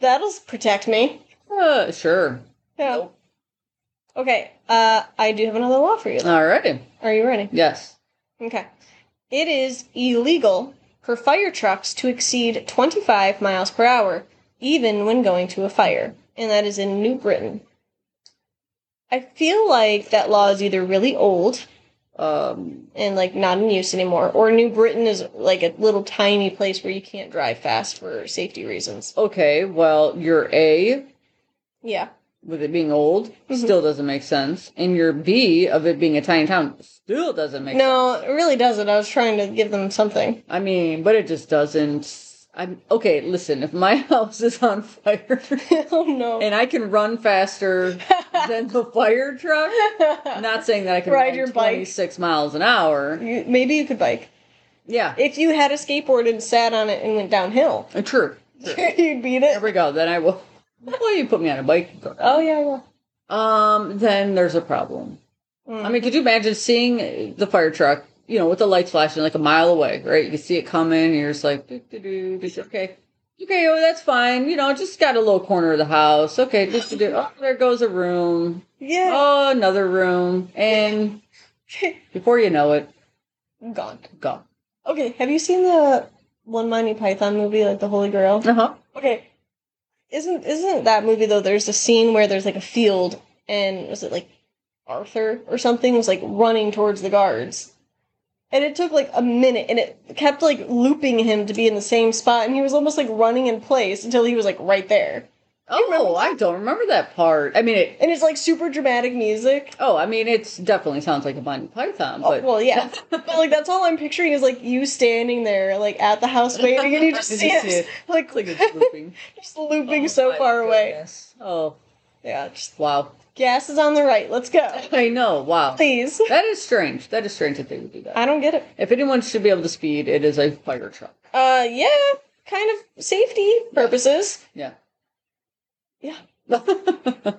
Speaker 2: that'll protect me.
Speaker 1: uh, sure.
Speaker 2: Yeah. Okay. Uh, I do have another law for you. though.
Speaker 1: All righty.
Speaker 2: Are you ready?
Speaker 1: Yes.
Speaker 2: Okay. It is illegal for fire trucks to exceed 25 miles per hour, even when going to a fire, and that is in New Britain. I feel like that law is either really old
Speaker 1: Um,
Speaker 2: and like not in use anymore, or New Britain is like a little tiny place where you can't drive fast for safety reasons.
Speaker 1: okay, well, your A,
Speaker 2: Yeah.
Speaker 1: with it being old,
Speaker 2: Mhm.
Speaker 1: still doesn't make sense. And your B, of it being a tiny town, still doesn't make sense.
Speaker 2: No, it really doesn't. I was trying to give them something.
Speaker 1: I mean, but it just doesn't. I'm okay. Listen, if my house is on fire
Speaker 2: oh no.
Speaker 1: and I can run faster than the fire truck, not saying that I can
Speaker 2: Ride
Speaker 1: run
Speaker 2: your bike.
Speaker 1: 26 miles an hour.
Speaker 2: You- Maybe you could bike.
Speaker 1: Yeah,
Speaker 2: If you had a skateboard and sat on it and went downhill,
Speaker 1: uh, true.
Speaker 2: you'd beat
Speaker 1: There
Speaker 2: it.
Speaker 1: we go. Then I will. Well, you put me on a bike.
Speaker 2: Oh yeah, yeah.
Speaker 1: Um, then there's a problem.
Speaker 2: Mm.
Speaker 1: I mean, could you imagine seeing the fire truck, you know, with the lights flashing like a mile away, right? You can see it coming, and you're just like, doo, doo, doo, doo, doo. okay, okay, oh, that's fine. You know, just got a little corner of the house. Okay, doo, doo, doo. oh, there goes a room.
Speaker 2: yeah,
Speaker 1: Oh, another room, and before you know it,
Speaker 2: I'm gone.
Speaker 1: gone.
Speaker 2: Okay, have you seen the one Monty Python movie, like the Holy Grail?
Speaker 1: Uh huh.
Speaker 2: Okay, isn't isn't that movie though? There's a scene where there's like a field, and was it like Arthur or something was like running towards the guards, and it took like a minute, and it kept like looping him to be in the same spot, and he was almost like running in place until he was like right there, remember
Speaker 1: Oh, I don't remember that part. I mean, it.
Speaker 2: and it's like super dramatic music.
Speaker 1: Oh, I mean, it's definitely sounds like a Monty Python,
Speaker 2: Oh,
Speaker 1: but
Speaker 2: well, yeah, but like that's all I'm picturing is like you standing there, like at the house waiting, and you just
Speaker 1: You
Speaker 2: see
Speaker 1: just
Speaker 2: it,
Speaker 1: see it.
Speaker 2: like
Speaker 1: it's like it's looping,
Speaker 2: just looping
Speaker 1: Oh,
Speaker 2: so
Speaker 1: my
Speaker 2: far away.
Speaker 1: goodness. Oh,
Speaker 2: Yeah, just
Speaker 1: wow.
Speaker 2: gas is on the right. Let's go,
Speaker 1: I know. Wow.
Speaker 2: please.
Speaker 1: That is strange. That is strange that they would do that.
Speaker 2: I don't get it.
Speaker 1: If anyone should be able to speed, it is a fire truck.
Speaker 2: Uh, yeah, kind of safety purposes.
Speaker 1: Yeah.
Speaker 2: Yeah.
Speaker 1: go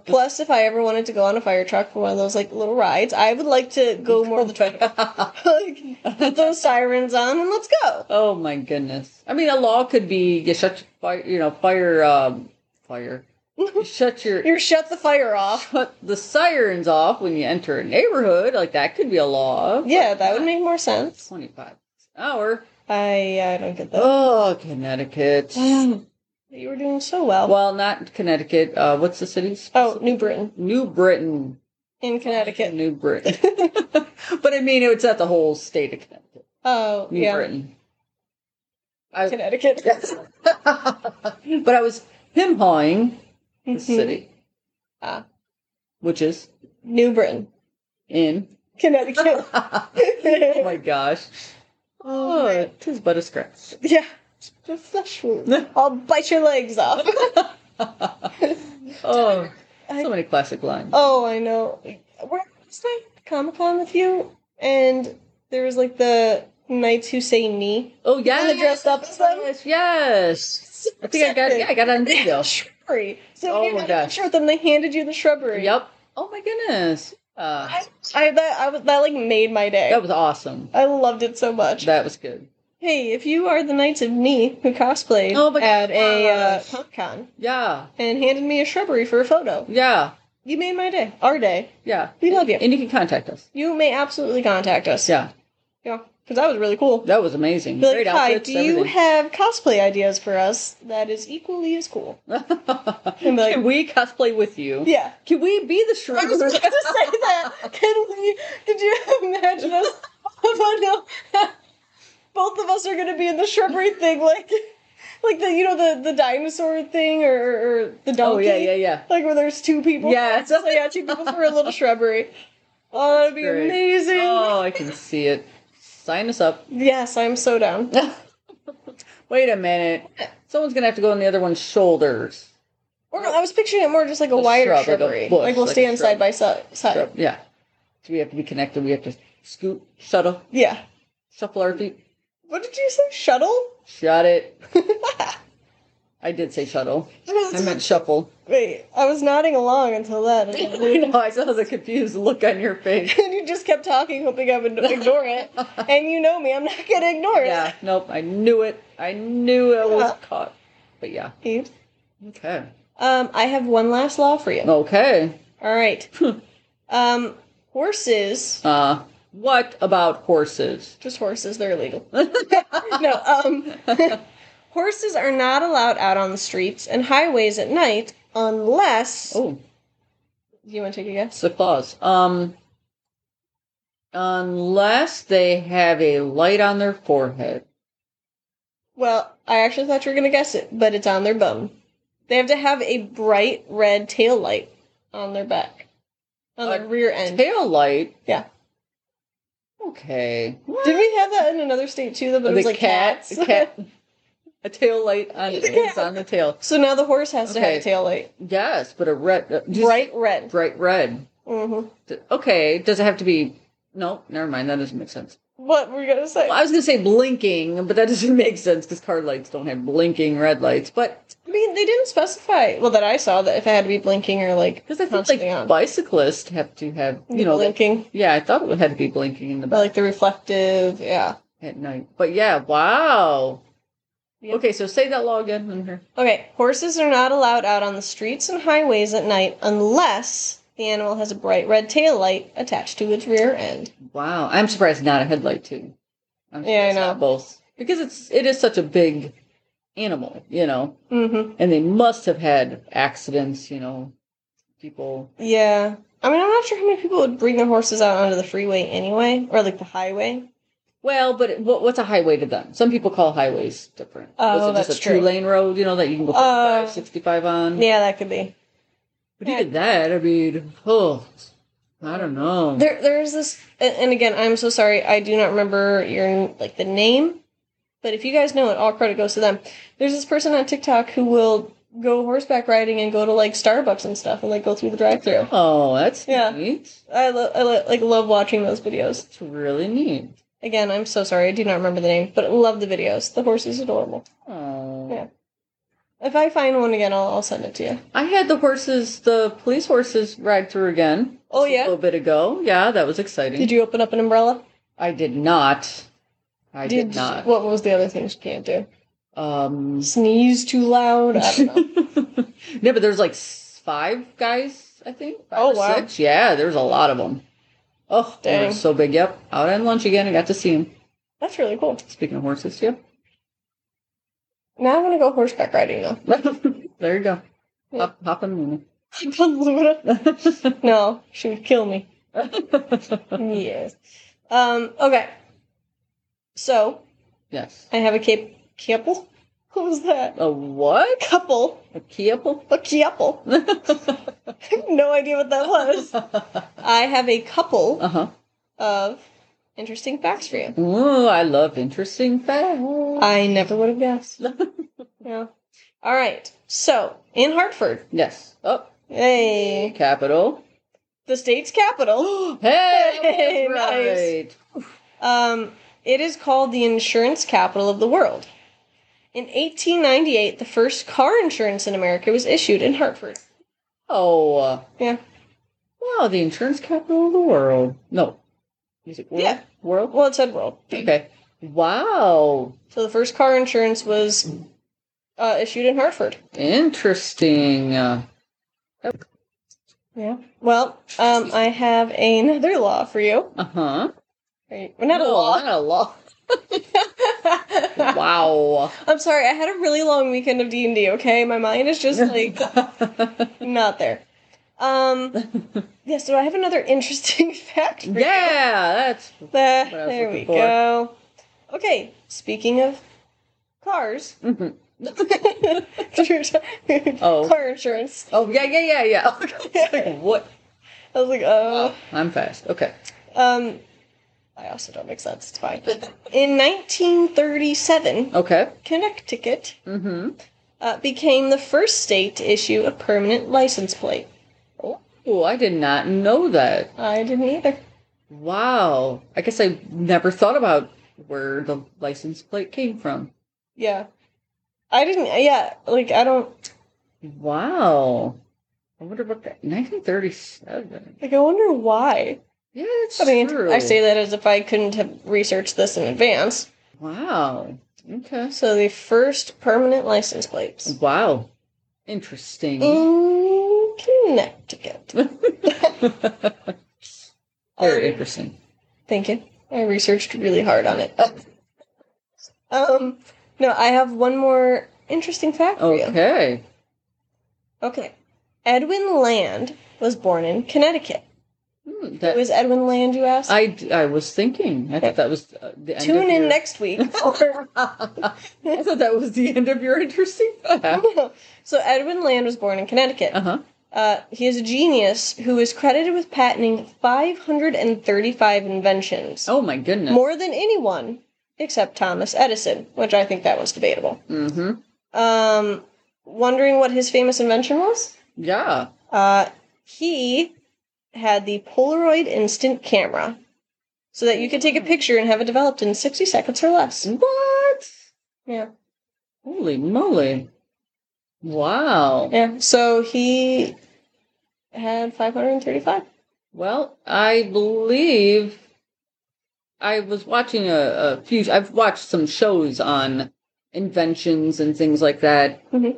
Speaker 2: Plus, if I ever wanted to go on a fire truck for one of those like little rides, I would like to go more the truck. like, put those sirens on and let's go.
Speaker 1: oh my goodness. I mean, a law could be you shut your fire, you know, fire, um, fire.
Speaker 2: Mm-hmm.
Speaker 1: You shut your
Speaker 2: You shut the fire off.
Speaker 1: shut the sirens off when you enter a neighborhood. Like that could be a law.
Speaker 2: Yeah, that would make more sense.
Speaker 1: twenty-five an hour.
Speaker 2: I I don't get that.
Speaker 1: Oh, Connecticut.
Speaker 2: Oh. you were doing so well.
Speaker 1: well, not Connecticut. Uh, what's the cities?
Speaker 2: Oh, New Britain
Speaker 1: New Britain.
Speaker 2: in Connecticut.
Speaker 1: New Britain. but I mean, it's at the whole state of Connecticut.
Speaker 2: Oh,
Speaker 1: New
Speaker 2: yeah,
Speaker 1: Britain. I,
Speaker 2: Connecticut.
Speaker 1: yes. but I was him hawing the
Speaker 2: Mhm.
Speaker 1: city,
Speaker 2: Ah.
Speaker 1: which is
Speaker 2: New Britain,
Speaker 1: in.
Speaker 2: Connecticut.
Speaker 1: oh my gosh.
Speaker 2: Oh,
Speaker 1: Oh,
Speaker 2: man.
Speaker 1: tis but a scratch.
Speaker 2: yeah, just flesh wound. I'll bite your legs off.
Speaker 1: oh, so many classic lines.
Speaker 2: Oh, I know. Where was I? Comic Con with you, and there was like the knights who say me.
Speaker 1: Oh, yeah.
Speaker 2: they dressed up as them?
Speaker 1: Yes, yes. I think I got it. Yeah, I got it on video.
Speaker 2: Shrubbery. So
Speaker 1: Oh
Speaker 2: oh you
Speaker 1: my
Speaker 2: had a
Speaker 1: gosh.
Speaker 2: picture with them. They handed you the shrubbery.
Speaker 1: Yep. Oh, my goodness. Uh,
Speaker 2: I, I that I was that like made my day.
Speaker 1: that was awesome.
Speaker 2: I loved it so much.
Speaker 1: That was good.
Speaker 2: Hey, if you are the Knights of Me who cosplayed
Speaker 1: Oh my
Speaker 2: at a uh,
Speaker 1: gosh.
Speaker 2: Comic Con
Speaker 1: Yeah,
Speaker 2: and handed me a shrubbery for a photo,
Speaker 1: yeah,
Speaker 2: you made my day, our day.
Speaker 1: yeah.
Speaker 2: We love you.
Speaker 1: And you can contact us.
Speaker 2: You may absolutely contact us.
Speaker 1: Yeah,
Speaker 2: Yeah, because that was really cool.
Speaker 1: that was amazing.
Speaker 2: Be like,
Speaker 1: Great
Speaker 2: hi,
Speaker 1: outfits,
Speaker 2: do you
Speaker 1: everything.
Speaker 2: have cosplay ideas for us that is equally as cool? be like-
Speaker 1: can we cosplay with you?
Speaker 2: Yeah.
Speaker 1: Can we be the
Speaker 2: I
Speaker 1: shrubs?
Speaker 2: was about to say that. Can we? Could you imagine us? Oh, no. Both of us are going to be in the shrubbery thing, like, like the you know the the dinosaur thing or, or, or the donkey.
Speaker 1: oh yeah, yeah, yeah.
Speaker 2: Like where there's two people.
Speaker 1: Yes.
Speaker 2: So yeah, two people for a little shrubbery. Oh, that'd be
Speaker 1: Great.
Speaker 2: amazing.
Speaker 1: Oh, I can see it. Sign us up.
Speaker 2: Yes, I'm so down.
Speaker 1: Wait a minute. Someone's gonna have to go on the other one's shoulders.
Speaker 2: Or no, I was picturing it more just like a,
Speaker 1: A
Speaker 2: wider
Speaker 1: shrub, like a
Speaker 2: shrubbery. Like,
Speaker 1: bush,
Speaker 2: we'll
Speaker 1: like a
Speaker 2: stand side
Speaker 1: shrub.
Speaker 2: by si- side.
Speaker 1: So, yeah. So we have to be connected. We have to scoot, shuttle,
Speaker 2: Yeah.
Speaker 1: shuffle our feet.
Speaker 2: What did you say? Shuttle?
Speaker 1: Shut it. I did say shuttle. I meant shuffle.
Speaker 2: Wait, I was nodding along until then.
Speaker 1: I
Speaker 2: And
Speaker 1: know. I saw the confused look on your face.
Speaker 2: you just kept talking, hoping I would ignore it. And you know me, I'm not going to ignore
Speaker 1: Yeah. Nope. I knew it. I knew I was
Speaker 2: Yeah.
Speaker 1: caught. But yeah.
Speaker 2: it.
Speaker 1: Okay.
Speaker 2: Um, I have one last law for you.
Speaker 1: Oh. Okay.
Speaker 2: All right. um, horses,
Speaker 1: Uh, what about horses?
Speaker 2: just horses, they're illegal. no, um, horses are not allowed out on the streets and highways at night unless.
Speaker 1: Oh,
Speaker 2: Do you want to take a
Speaker 1: it's
Speaker 2: guess?
Speaker 1: a clause. Um, unless they have a light on their forehead.
Speaker 2: Well, I actually thought you were going to guess it, but it's on their bone. They have to have a bright red tail light on their back, on their
Speaker 1: A
Speaker 2: rear end.
Speaker 1: Tail light.
Speaker 2: Yeah.
Speaker 1: Okay.
Speaker 2: Did we have that in another state too? Though, but it was like cats.
Speaker 1: a cat, a tail light on
Speaker 2: The
Speaker 1: is
Speaker 2: cat.
Speaker 1: on the tail.
Speaker 2: so now the horse has to have a
Speaker 1: Okay.
Speaker 2: tail light,
Speaker 1: Yes, but a red, uh, just
Speaker 2: bright red.
Speaker 1: bright red.
Speaker 2: Mm-hmm.
Speaker 1: D- Okay, does it have to be? No, never mind. That doesn't make sense.
Speaker 2: What were you gonna say?
Speaker 1: Well, I was gonna say blinking, but that doesn't make sense because car lights don't have blinking red lights. But
Speaker 2: I mean, they didn't specify. Well, that I saw that if it had to be blinking or like
Speaker 1: because I think
Speaker 2: constantly
Speaker 1: like
Speaker 2: on,
Speaker 1: bicyclists have to have, you know, that-
Speaker 2: blinking,
Speaker 1: yeah, I thought it would have to be blinking in the
Speaker 2: but
Speaker 1: back
Speaker 2: like the reflective. Yeah.
Speaker 1: at night. But yeah, wow.
Speaker 2: Yeah.
Speaker 1: Okay, so say that law again. I'm here.
Speaker 2: Okay, horses are not allowed out on the streets and highways at night unless the animal has a bright red tail light attached to its rear end.
Speaker 1: Wow, I'm surprised not a headlight too. I'm
Speaker 2: Yeah, I
Speaker 1: surprised not
Speaker 2: know.
Speaker 1: both because it's it is such a big animal, you know,
Speaker 2: Mm-hmm.
Speaker 1: and they must have had accidents, you know, people.
Speaker 2: Yeah. I mean, I'm not sure how many people would bring their horses out onto the freeway anyway, or like the highway.
Speaker 1: Well, but what, what's a highway to them? Some people call highways different.
Speaker 2: Oh,
Speaker 1: Was it
Speaker 2: that's
Speaker 1: just a
Speaker 2: true.
Speaker 1: two lane road, you know, that you can go 55,
Speaker 2: Oh.
Speaker 1: 65 on?
Speaker 2: Yeah, that could be.
Speaker 1: But even that, I mean, oh, I don't know.
Speaker 2: There, there's this, and and again, I'm so sorry, I do not remember your like the name, but if you guys know it, all credit goes to them. There's this person on TikTok who will go horseback riding and go to like Starbucks and stuff, and like go through the drive-through.
Speaker 1: oh, that's
Speaker 2: Yeah.
Speaker 1: neat.
Speaker 2: I, lo- I lo- like love watching those videos.
Speaker 1: It's really neat.
Speaker 2: Again, I'm so sorry, I do not remember the name, but I love the videos. The horse is adorable.
Speaker 1: Oh.
Speaker 2: Yeah. If I find one again, I'll, I'll send it to you.
Speaker 1: I had the horses, the police horses, ride through again.
Speaker 2: Oh,
Speaker 1: just
Speaker 2: yeah?
Speaker 1: a little bit ago. Yeah, that was exciting.
Speaker 2: Did you open up an umbrella?
Speaker 1: I did not. I did, not.
Speaker 2: What was the other things you can't do?
Speaker 1: um,
Speaker 2: Sneeze too loud. I don't know.
Speaker 1: no, but there's like s- five guys, I think. Five
Speaker 2: Oh,
Speaker 1: or
Speaker 2: wow.
Speaker 1: Six. Yeah, there's a lot of them. Oh, they were
Speaker 2: Dang.
Speaker 1: so big. Yep. Out on lunch again. I got to see him.
Speaker 2: That's really cool.
Speaker 1: Speaking of horses, yep.
Speaker 2: Now I'm gonna go horseback riding though.
Speaker 1: there you go.
Speaker 2: Yeah.
Speaker 1: Hop, hop and
Speaker 2: Luna.
Speaker 1: Luna.
Speaker 2: No, she would kill me. yes. Um. Okay. So
Speaker 1: yes.
Speaker 2: I have a cap- couple. What was that?
Speaker 1: A what?
Speaker 2: A couple.
Speaker 1: A key apple?
Speaker 2: A couple. I have no idea what that was.
Speaker 1: uh
Speaker 2: I have a couple
Speaker 1: huh.
Speaker 2: of interesting facts for you.
Speaker 1: Ooh, I love interesting facts.
Speaker 2: I never would have guessed. no. All right. So in Hartford,
Speaker 1: yes. Oh,
Speaker 2: hey,
Speaker 1: capital.
Speaker 2: the state's capital.
Speaker 1: Hey,
Speaker 2: Hey,
Speaker 1: that's
Speaker 2: nice.
Speaker 1: right.
Speaker 2: Um, it is called the insurance capital of the world. In 1898, the first car insurance in America was issued in Hartford.
Speaker 1: Oh, uh,
Speaker 2: Yeah.
Speaker 1: wow, the insurance capital of the world. No, is it world?
Speaker 2: Yeah.
Speaker 1: World?
Speaker 2: Well, it said world.
Speaker 1: Okay. Wow,
Speaker 2: So the first car insurance was uh, issued in Hartford.
Speaker 1: interesting. Uh,
Speaker 2: Yeah. Well, um, I have another law for you.
Speaker 1: huh.
Speaker 2: Right. Well, not a law.
Speaker 1: uh-huh. Not a law. Wow.
Speaker 2: I'm sorry. I had a really long weekend of D and D. Okay, my mind is just like uh, not there. Um. Yeah. So I have another interesting fact. For you.
Speaker 1: yeah, that's
Speaker 2: There,
Speaker 1: What I was
Speaker 2: there we
Speaker 1: looking for.
Speaker 2: go. Okay, speaking of cars,
Speaker 1: mhm.
Speaker 2: oh.
Speaker 1: Oh.
Speaker 2: car insurance.
Speaker 1: Oh yeah, yeah, yeah, yeah. Okay. It's like, what?
Speaker 2: I was like, oh.
Speaker 1: I'm fast. Okay.
Speaker 2: Um, I also don't make sense. It's fine. But in 1937,
Speaker 1: Okay.
Speaker 2: Connecticut
Speaker 1: Mm-hmm.
Speaker 2: uh, became the first state to issue a permanent license plate.
Speaker 1: Oh, I did not know that.
Speaker 2: I didn't either.
Speaker 1: Wow. I guess I never thought about where the license plate came from.
Speaker 2: Yeah. I didn't, yeah, like, I don't,
Speaker 1: Wow. I wonder what that 1937.
Speaker 2: like, I wonder why.
Speaker 1: Yeah, that's
Speaker 2: I mean,
Speaker 1: true.
Speaker 2: I say that as if I couldn't have researched this in advance.
Speaker 1: Wow. Okay.
Speaker 2: So, the first permanent license plates
Speaker 1: Wow. Interesting.
Speaker 2: in Connecticut. Mm.
Speaker 1: Very
Speaker 2: Already
Speaker 1: interesting.
Speaker 2: thinking. I researched really hard on it. Oh. Um, no, I have one more interesting fact for you.
Speaker 1: Okay.
Speaker 2: Okay. Edwin Land was born in Connecticut.
Speaker 1: Hmm, that
Speaker 2: Was Edwin Land, you asked?
Speaker 1: I, I was thinking. I thought that was uh, the end
Speaker 2: Tune
Speaker 1: of
Speaker 2: in
Speaker 1: your-
Speaker 2: next week. for-
Speaker 1: I thought that was the end of your interesting fact.
Speaker 2: Mm-hmm. so Edwin Land was born in Connecticut.
Speaker 1: Uh huh.
Speaker 2: Uh, he is a genius who is credited with patenting 535 inventions,
Speaker 1: Oh my goodness.
Speaker 2: more than anyone except Thomas Edison, which I think that was debatable.
Speaker 1: Mm-hmm.
Speaker 2: Um, wondering what his famous invention was?
Speaker 1: Yeah.
Speaker 2: Uh, he had the Polaroid instant camera so that you could
Speaker 1: Hmm.
Speaker 2: take a picture and have it developed in 60 seconds or less.
Speaker 1: What?
Speaker 2: Yeah.
Speaker 1: Holy moly! Wow.
Speaker 2: Yeah. So he had 535.
Speaker 1: Well, I believe I was watching a, a few. I've watched some shows on inventions and things like that.
Speaker 2: Mhm.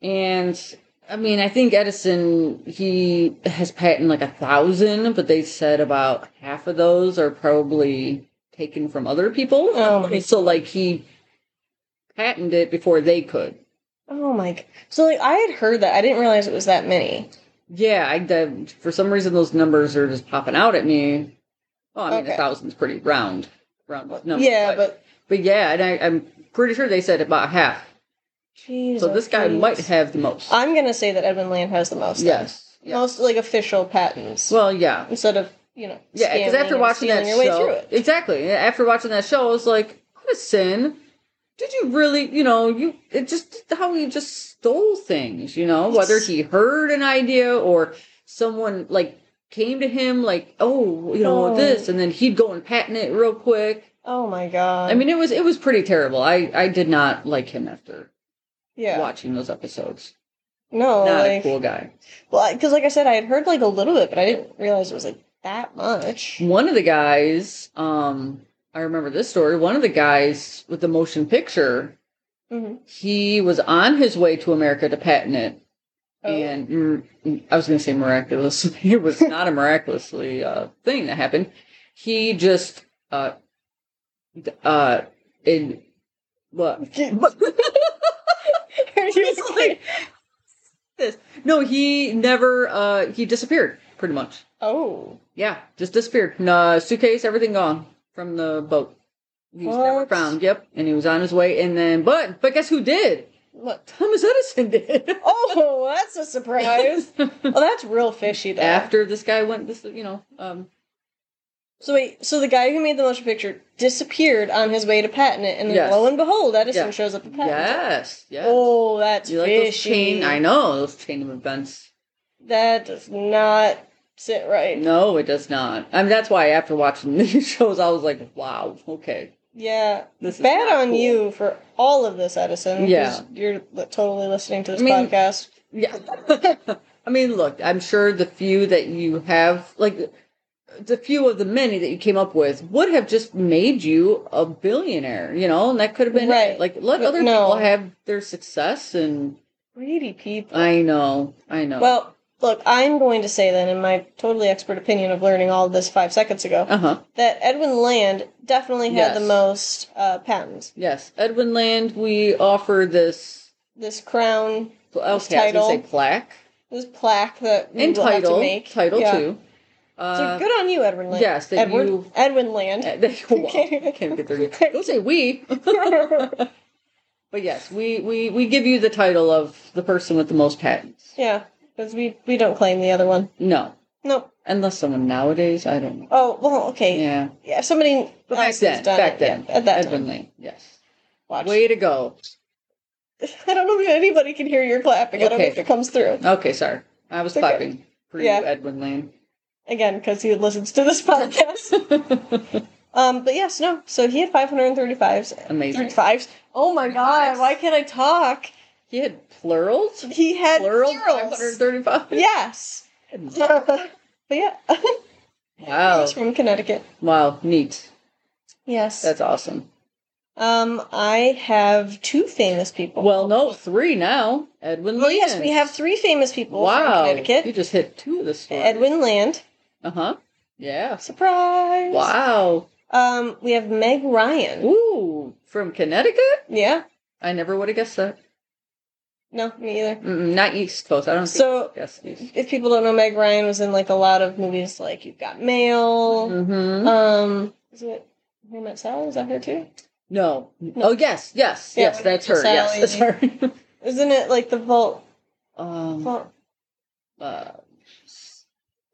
Speaker 1: And I mean, I think Edison he has patented like a thousand, but they said about half of those are probably taken from other people.
Speaker 2: Oh my-
Speaker 1: So like he patented it before they could.
Speaker 2: Oh my. g- So like I had heard that. I didn't realize it was that many.
Speaker 1: Yeah, I the- for some reason those numbers are just popping out at me. Oh, I mean
Speaker 2: Okay.
Speaker 1: a thousand's pretty round, round number.
Speaker 2: yeah, but
Speaker 1: but yeah, and I, I'm pretty sure they said about half.
Speaker 2: Jesus.
Speaker 1: So this guy
Speaker 2: please.
Speaker 1: might have the most.
Speaker 2: I'm going to say that Edwin Land has the most. then.
Speaker 1: yes. yes.
Speaker 2: Most like official patents
Speaker 1: Well, yeah,
Speaker 2: instead of, you know,
Speaker 1: yeah. Because
Speaker 2: scamming
Speaker 1: after
Speaker 2: and
Speaker 1: watching that
Speaker 2: stealing your way through
Speaker 1: show,
Speaker 2: it.
Speaker 1: exactly. After watching that show, I was like, Edison, did you really? You know, you it just how he just stole things. You know, whether
Speaker 2: It's-
Speaker 1: he heard an idea or someone like came to him like, oh, you know,
Speaker 2: Oh.
Speaker 1: this, and then he'd go and patent it real quick.
Speaker 2: Oh my god.
Speaker 1: I mean, it was it was pretty terrible. I I did not like him after
Speaker 2: yeah.
Speaker 1: watching those episodes.
Speaker 2: No,
Speaker 1: not
Speaker 2: like
Speaker 1: a cool guy.
Speaker 2: Well, because like I said, I had heard like a little bit, but I didn't realize it was like that much.
Speaker 1: One of the guys, um, I remember this story. One of the guys with the motion picture,
Speaker 2: Mm-hmm.
Speaker 1: he was on his way to America to patent it,
Speaker 2: Oh.
Speaker 1: and mm, I was going to say miraculously, it was not a miraculously uh, thing that happened. He just uh, d- uh, in what he was like this. No, he never. Uh, he disappeared pretty much.
Speaker 2: oh,
Speaker 1: Yeah, just disappeared. No suitcase, everything gone from the boat. He was never
Speaker 2: What?
Speaker 1: found. Yep, and he was on his way. And then, but but guess who did?
Speaker 2: what?
Speaker 1: Thomas Edison did.
Speaker 2: Oh, that's a surprise. well, that's real fishy. Though.
Speaker 1: After this guy went, this you know, um,
Speaker 2: So wait, so the guy who made the motion picture disappeared on his way to patent it, and then
Speaker 1: Yes.
Speaker 2: lo and behold, Edison
Speaker 1: Yeah.
Speaker 2: shows up at patent. it.
Speaker 1: yes, yes.
Speaker 2: Oh, that's
Speaker 1: you like those
Speaker 2: fishy.
Speaker 1: chain? I know those chain of events.
Speaker 2: That does not sit right.
Speaker 1: No, it does not. I mean, that's why after watching these shows, I was like, wow, okay,
Speaker 2: Yeah.
Speaker 1: this is
Speaker 2: Bad
Speaker 1: not
Speaker 2: on
Speaker 1: cool.
Speaker 2: you for all of this, Edison. 'cause
Speaker 1: Yeah.
Speaker 2: You're li- totally listening to this
Speaker 1: I mean-
Speaker 2: podcast.
Speaker 1: Yeah. I mean, look, I'm sure the few that you have, like the few of the many that you came up with, would have just made you a billionaire, you know, and that could have been it.
Speaker 2: Right.
Speaker 1: Like, let other
Speaker 2: No.
Speaker 1: people have their success. And
Speaker 2: Greedy people.
Speaker 1: I know, I know.
Speaker 2: Well, look, I'm going to say then, in my totally expert opinion of learning all this five seconds ago,
Speaker 1: uh huh.
Speaker 2: that Edwin Land definitely had
Speaker 1: Yes.
Speaker 2: the most uh, patents.
Speaker 1: Yes. Edwin Land, we offer this,
Speaker 2: This crown,
Speaker 1: okay,
Speaker 2: This
Speaker 1: I was
Speaker 2: title.
Speaker 1: going to say plaque
Speaker 2: this plaque that we
Speaker 1: and
Speaker 2: will have to
Speaker 1: title.
Speaker 2: make.
Speaker 1: Title
Speaker 2: Yeah.
Speaker 1: too.
Speaker 2: So
Speaker 1: Uh,
Speaker 2: good on you, Edwin Land.
Speaker 1: yes, that
Speaker 2: Edward,
Speaker 1: you-
Speaker 2: Edwin Land.
Speaker 1: they, I can't get their name. Don't say we. But yes, we, we, we give you the title of the person with the most patents.
Speaker 2: yeah, because we, we don't claim the other one.
Speaker 1: No.
Speaker 2: Nope.
Speaker 1: Unless someone nowadays, I don't know.
Speaker 2: Oh well, okay. Yeah,
Speaker 1: Yeah.
Speaker 2: somebody.
Speaker 1: But
Speaker 2: else
Speaker 1: back
Speaker 2: has
Speaker 1: then,
Speaker 2: done
Speaker 1: back
Speaker 2: it,
Speaker 1: then,
Speaker 2: yeah, at that
Speaker 1: Edwin
Speaker 2: time.
Speaker 1: Lane, yes.
Speaker 2: Watch.
Speaker 1: Way to go.
Speaker 2: I don't know if anybody can hear your clapping. I don't know
Speaker 1: Okay.
Speaker 2: if it comes through
Speaker 1: Okay, sorry. I was
Speaker 2: It's okay.
Speaker 1: clapping for
Speaker 2: Yeah.
Speaker 1: you, Edwin Lane.
Speaker 2: again because he listens to this podcast. um, but yes, no. So he had five hundred and thirty-fives.
Speaker 1: Amazing.
Speaker 2: Thirty-fives. Oh my god!
Speaker 1: 35s.
Speaker 2: Why can't I talk?
Speaker 1: He had plurals?
Speaker 2: He had
Speaker 1: Plural
Speaker 2: plurals.
Speaker 1: 535?
Speaker 2: Yes. but yeah, he
Speaker 1: Wow.
Speaker 2: was from Connecticut.
Speaker 1: Wow, neat.
Speaker 2: Yes.
Speaker 1: That's awesome.
Speaker 2: Um, I have two famous people.
Speaker 1: Well, no, three now. Edwin
Speaker 2: Well,
Speaker 1: Lane.
Speaker 2: yes, we have three famous people
Speaker 1: Wow.
Speaker 2: from
Speaker 1: You
Speaker 2: Connecticut.
Speaker 1: just hit two of the story.
Speaker 2: Edwin Land,
Speaker 1: Uh huh. Yeah.
Speaker 2: surprise.
Speaker 1: Wow.
Speaker 2: Um, we have Meg Ryan.
Speaker 1: Ooh, from Connecticut?
Speaker 2: Yeah.
Speaker 1: I never would have guessed that.
Speaker 2: No, me either.
Speaker 1: Mm-mm, not East Coast. I don't think
Speaker 2: So,
Speaker 1: guess East.
Speaker 2: if people don't know, Meg Ryan was in like a lot of movies, like You've Got Mail.
Speaker 1: Mm-hmm.
Speaker 2: Um, is it Who Met Sally? Is that her too?
Speaker 1: No. Oh yes, yes,
Speaker 2: Yeah,
Speaker 1: yes.
Speaker 2: when
Speaker 1: That's
Speaker 2: you
Speaker 1: her.
Speaker 2: sell
Speaker 1: Yes, that's her.
Speaker 2: Isn't it like the Vul?
Speaker 1: um,
Speaker 2: Vul-
Speaker 1: uh,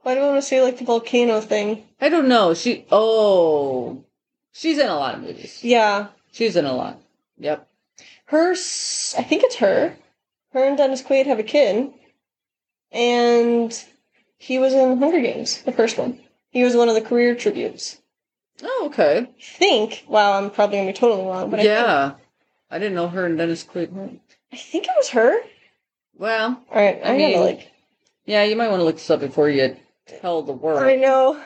Speaker 2: Why do I want to say like the volcano thing?
Speaker 1: I don't know. She. Oh, she's in a lot of movies.
Speaker 2: Yeah,
Speaker 1: She's in a lot. Yep.
Speaker 2: her. s- I think it's her. Her and Dennis Quaid have a kid, and he was in Hunger Games, the first one. He was one of the career tributes.
Speaker 1: Oh, okay.
Speaker 2: I think. Wow, I'm probably gonna be totally wrong, but I think,
Speaker 1: yeah. I didn't know her and Dennis Quaid. were-
Speaker 2: I think it was her.
Speaker 1: Well,
Speaker 2: All right,
Speaker 1: I
Speaker 2: I,
Speaker 1: mean-
Speaker 2: gotta like.
Speaker 1: yeah. You might want to look this up before you tell the
Speaker 2: I
Speaker 1: world.
Speaker 2: know.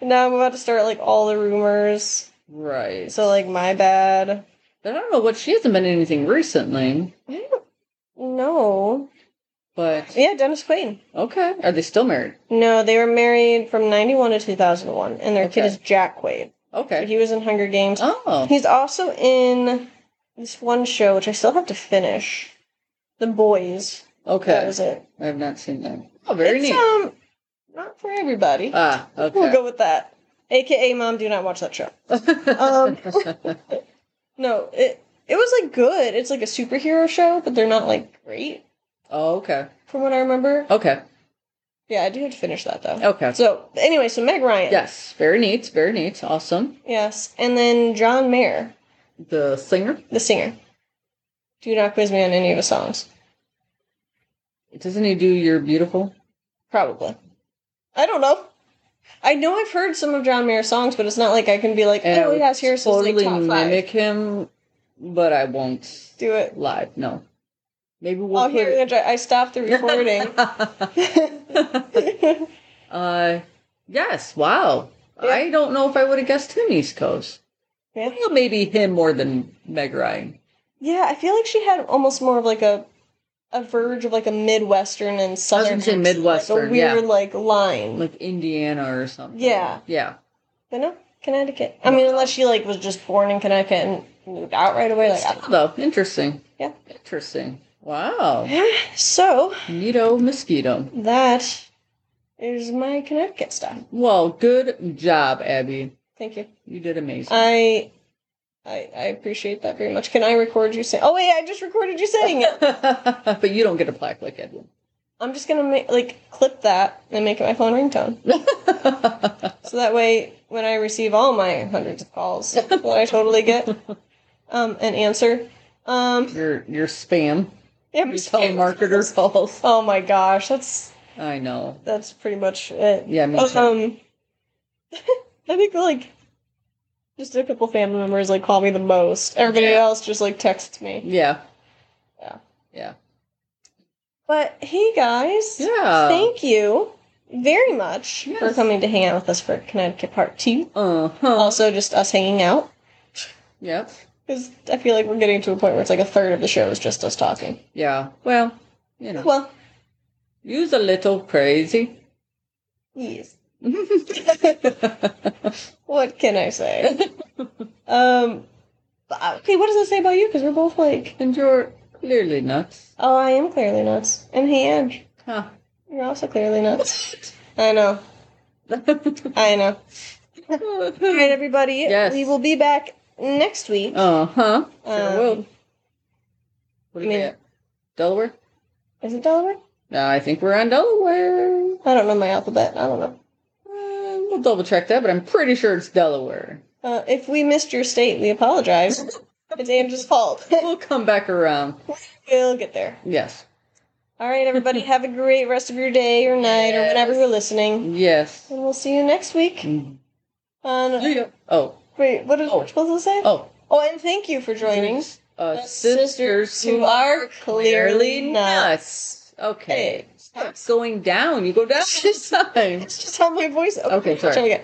Speaker 2: Now I'm about to start like all the rumors.
Speaker 1: Right.
Speaker 2: So like, my bad.
Speaker 1: but I don't know what she hasn't been in anything recently.
Speaker 2: I don't know.
Speaker 1: But
Speaker 2: Yeah, Dennis Quaid.
Speaker 1: okay. Are they still married?
Speaker 2: No, they were married from '91 to 2001, and their kid
Speaker 1: Okay.
Speaker 2: is Jack Quaid.
Speaker 1: Okay.
Speaker 2: He was in Hunger Games.
Speaker 1: Oh.
Speaker 2: He's also in this one show, which I still have to finish. The Boys. That
Speaker 1: Okay.
Speaker 2: was it.
Speaker 1: I have not seen that. Oh, very
Speaker 2: it's,
Speaker 1: neat.
Speaker 2: Um, not for everybody.
Speaker 1: ah. Okay.
Speaker 2: We'll go with that. AKA, Mom, do not watch that show. Um, No, it it was like good. It's like a superhero show, but they're not like great,
Speaker 1: oh, okay.
Speaker 2: from what I remember.
Speaker 1: Okay.
Speaker 2: Yeah, I do have to finish that though.
Speaker 1: Okay.
Speaker 2: So anyway, so Meg Ryan.
Speaker 1: yes. Very neat. Very neat. Awesome.
Speaker 2: Yes, and then John Mayer,
Speaker 1: The singer.
Speaker 2: the singer. Do not quiz me on any of his songs.
Speaker 1: Doesn't he do You're Beautiful?
Speaker 2: Probably. I don't know. I know I've heard some of John Mayer's songs, but it's not like I can be like,
Speaker 1: And I
Speaker 2: oh
Speaker 1: would
Speaker 2: yes, here's
Speaker 1: totally
Speaker 2: his like top five.
Speaker 1: mimic him, but I won't
Speaker 2: Do it.
Speaker 1: live. No. Maybe we'll
Speaker 2: Oh,
Speaker 1: put
Speaker 2: here I stopped the recording.
Speaker 1: uh, yes. Wow.
Speaker 2: Yeah.
Speaker 1: I don't know if I would have guessed him East Coast.
Speaker 2: Yeah.
Speaker 1: Well, maybe him more than Meg Ryan.
Speaker 2: yeah, I feel like she had almost more of like a a verge of like a midwestern and southern.
Speaker 1: gonna say
Speaker 2: accent, like
Speaker 1: Midwestern,
Speaker 2: a weird like line.
Speaker 1: Like Indiana or something.
Speaker 2: Yeah.
Speaker 1: Yeah.
Speaker 2: but no, Connecticut. I mean, unless she like was just born in Connecticut and moved out right away. Like, I don't
Speaker 1: Still, though, interesting.
Speaker 2: Yeah.
Speaker 1: Interesting. Wow.
Speaker 2: know. so
Speaker 1: Neato mosquito.
Speaker 2: that is my Connecticut stuff.
Speaker 1: Well, good job, Abby.
Speaker 2: Thank you.
Speaker 1: You did amazing.
Speaker 2: I. I, I appreciate that very much. Can I record you saying? Oh wait, I just recorded you saying it.
Speaker 1: but you don't get a plaque like Edwin.
Speaker 2: I'm just gonna make like clip that and make it my phone ringtone. So that way, when I receive all my hundreds of calls that I totally get, um, an answer. Um,
Speaker 1: your your spam.
Speaker 2: yeah,
Speaker 1: Your
Speaker 2: my
Speaker 1: telemarketer calls.
Speaker 2: Oh my gosh, that's
Speaker 1: I know.
Speaker 2: that's pretty much it.
Speaker 1: Yeah, me too.
Speaker 2: Um, I think like just a couple family members like call me the most. Everybody
Speaker 1: Yeah.
Speaker 2: else just like texts me.
Speaker 1: Yeah.
Speaker 2: But hey, guys,
Speaker 1: Yeah.
Speaker 2: thank you very much for
Speaker 1: Yes.
Speaker 2: coming to hang out with us for Connecticut Part Two.
Speaker 1: Uh huh.
Speaker 2: Also, just us hanging out.
Speaker 1: Yep.
Speaker 2: Because I feel like we're getting to a point where it's like a third of the show is just us talking.
Speaker 1: Yeah. Well, you know,
Speaker 2: Well,
Speaker 1: use a little crazy.
Speaker 2: yes. What can I say? um, but- okay, what does that say about you? Because we're both like,
Speaker 1: and you're clearly nuts.
Speaker 2: oh, I am clearly nuts. And hey, Ange,
Speaker 1: Huh.
Speaker 2: you're also clearly nuts. I know.
Speaker 1: Uh-huh.
Speaker 2: I know. All right, everybody.
Speaker 1: Yes.
Speaker 2: We will be back next week.
Speaker 1: Uh huh. Sure
Speaker 2: Um,
Speaker 1: will. What do
Speaker 2: I mean-
Speaker 1: we at? Delaware?
Speaker 2: Is it Delaware?
Speaker 1: No, I think we're on Delaware.
Speaker 2: I don't know my alphabet. I don't know.
Speaker 1: Uh, we'll double check that, but I'm pretty sure it's Delaware.
Speaker 2: Uh, if we missed your state, we apologize. it's Andrew's fault.
Speaker 1: We'll come back around.
Speaker 2: we'll get there.
Speaker 1: Yes.
Speaker 2: All right, everybody. have a great rest of your day or night or whenever you're listening.
Speaker 1: Yes.
Speaker 2: And we'll see you next week.
Speaker 1: Mm.
Speaker 2: On
Speaker 1: Oh.
Speaker 2: wait, what is
Speaker 1: Oh.
Speaker 2: what was it say?
Speaker 1: Oh.
Speaker 2: Oh, and thank you for joining.
Speaker 1: Uh,
Speaker 2: sisters
Speaker 1: sisters
Speaker 2: who
Speaker 1: who are clearly nuts. Okay.
Speaker 2: Hey,
Speaker 1: Stop going down. You go down this time.
Speaker 2: It's just how my voice.
Speaker 1: Okay, sorry.
Speaker 2: Shall we go?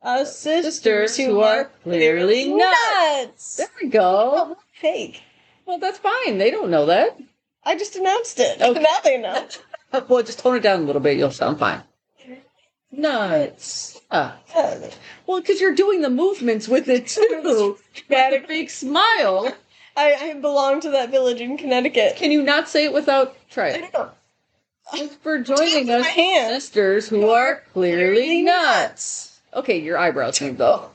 Speaker 2: Uh, sisters, who are clearly nuts.
Speaker 1: There we go.
Speaker 2: Oh, fake.
Speaker 1: Well, that's fine. They don't know that.
Speaker 2: I just announced it.
Speaker 1: Okay.
Speaker 2: Now they know.
Speaker 1: Uh, Well, just tone it down a little bit. You'll sound fine. Nuts. Ah.
Speaker 2: Uh,
Speaker 1: Well, because you're doing the movements with it too. You had a big smile.
Speaker 2: I, I belong to that village in Connecticut.
Speaker 1: Can you not say it without? Try
Speaker 2: I
Speaker 1: it.
Speaker 2: don't know.
Speaker 1: Thanks for joining us,
Speaker 2: My hand.
Speaker 1: sisters who are clearly
Speaker 2: Clearly
Speaker 1: nuts. Okay, your eyebrows moved though.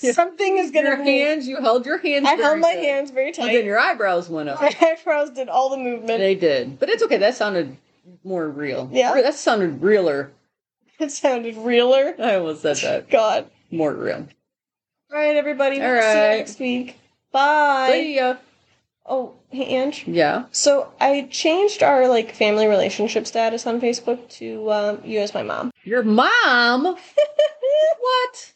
Speaker 1: Yeah.
Speaker 2: Something is gonna
Speaker 1: Your
Speaker 2: move.
Speaker 1: hands, you held your hands.
Speaker 2: I held
Speaker 1: very
Speaker 2: my
Speaker 1: good.
Speaker 2: hands very
Speaker 1: And then
Speaker 2: tight.
Speaker 1: your eyebrows went up.
Speaker 2: My eyebrows did all the movement.
Speaker 1: They did, but it's okay. That sounded more real.
Speaker 2: Yeah?
Speaker 1: that sounded realer.
Speaker 2: It sounded realer.
Speaker 1: I almost said that.
Speaker 2: God.
Speaker 1: More real.
Speaker 2: All right, everybody.
Speaker 1: All
Speaker 2: we'll see you
Speaker 1: right.
Speaker 2: next week. Bye.
Speaker 1: See ya.
Speaker 2: Oh, hey, Ange.
Speaker 1: Yeah.
Speaker 2: So I changed our like family relationship status on Facebook to um, you as my mom.
Speaker 1: Your mom. what?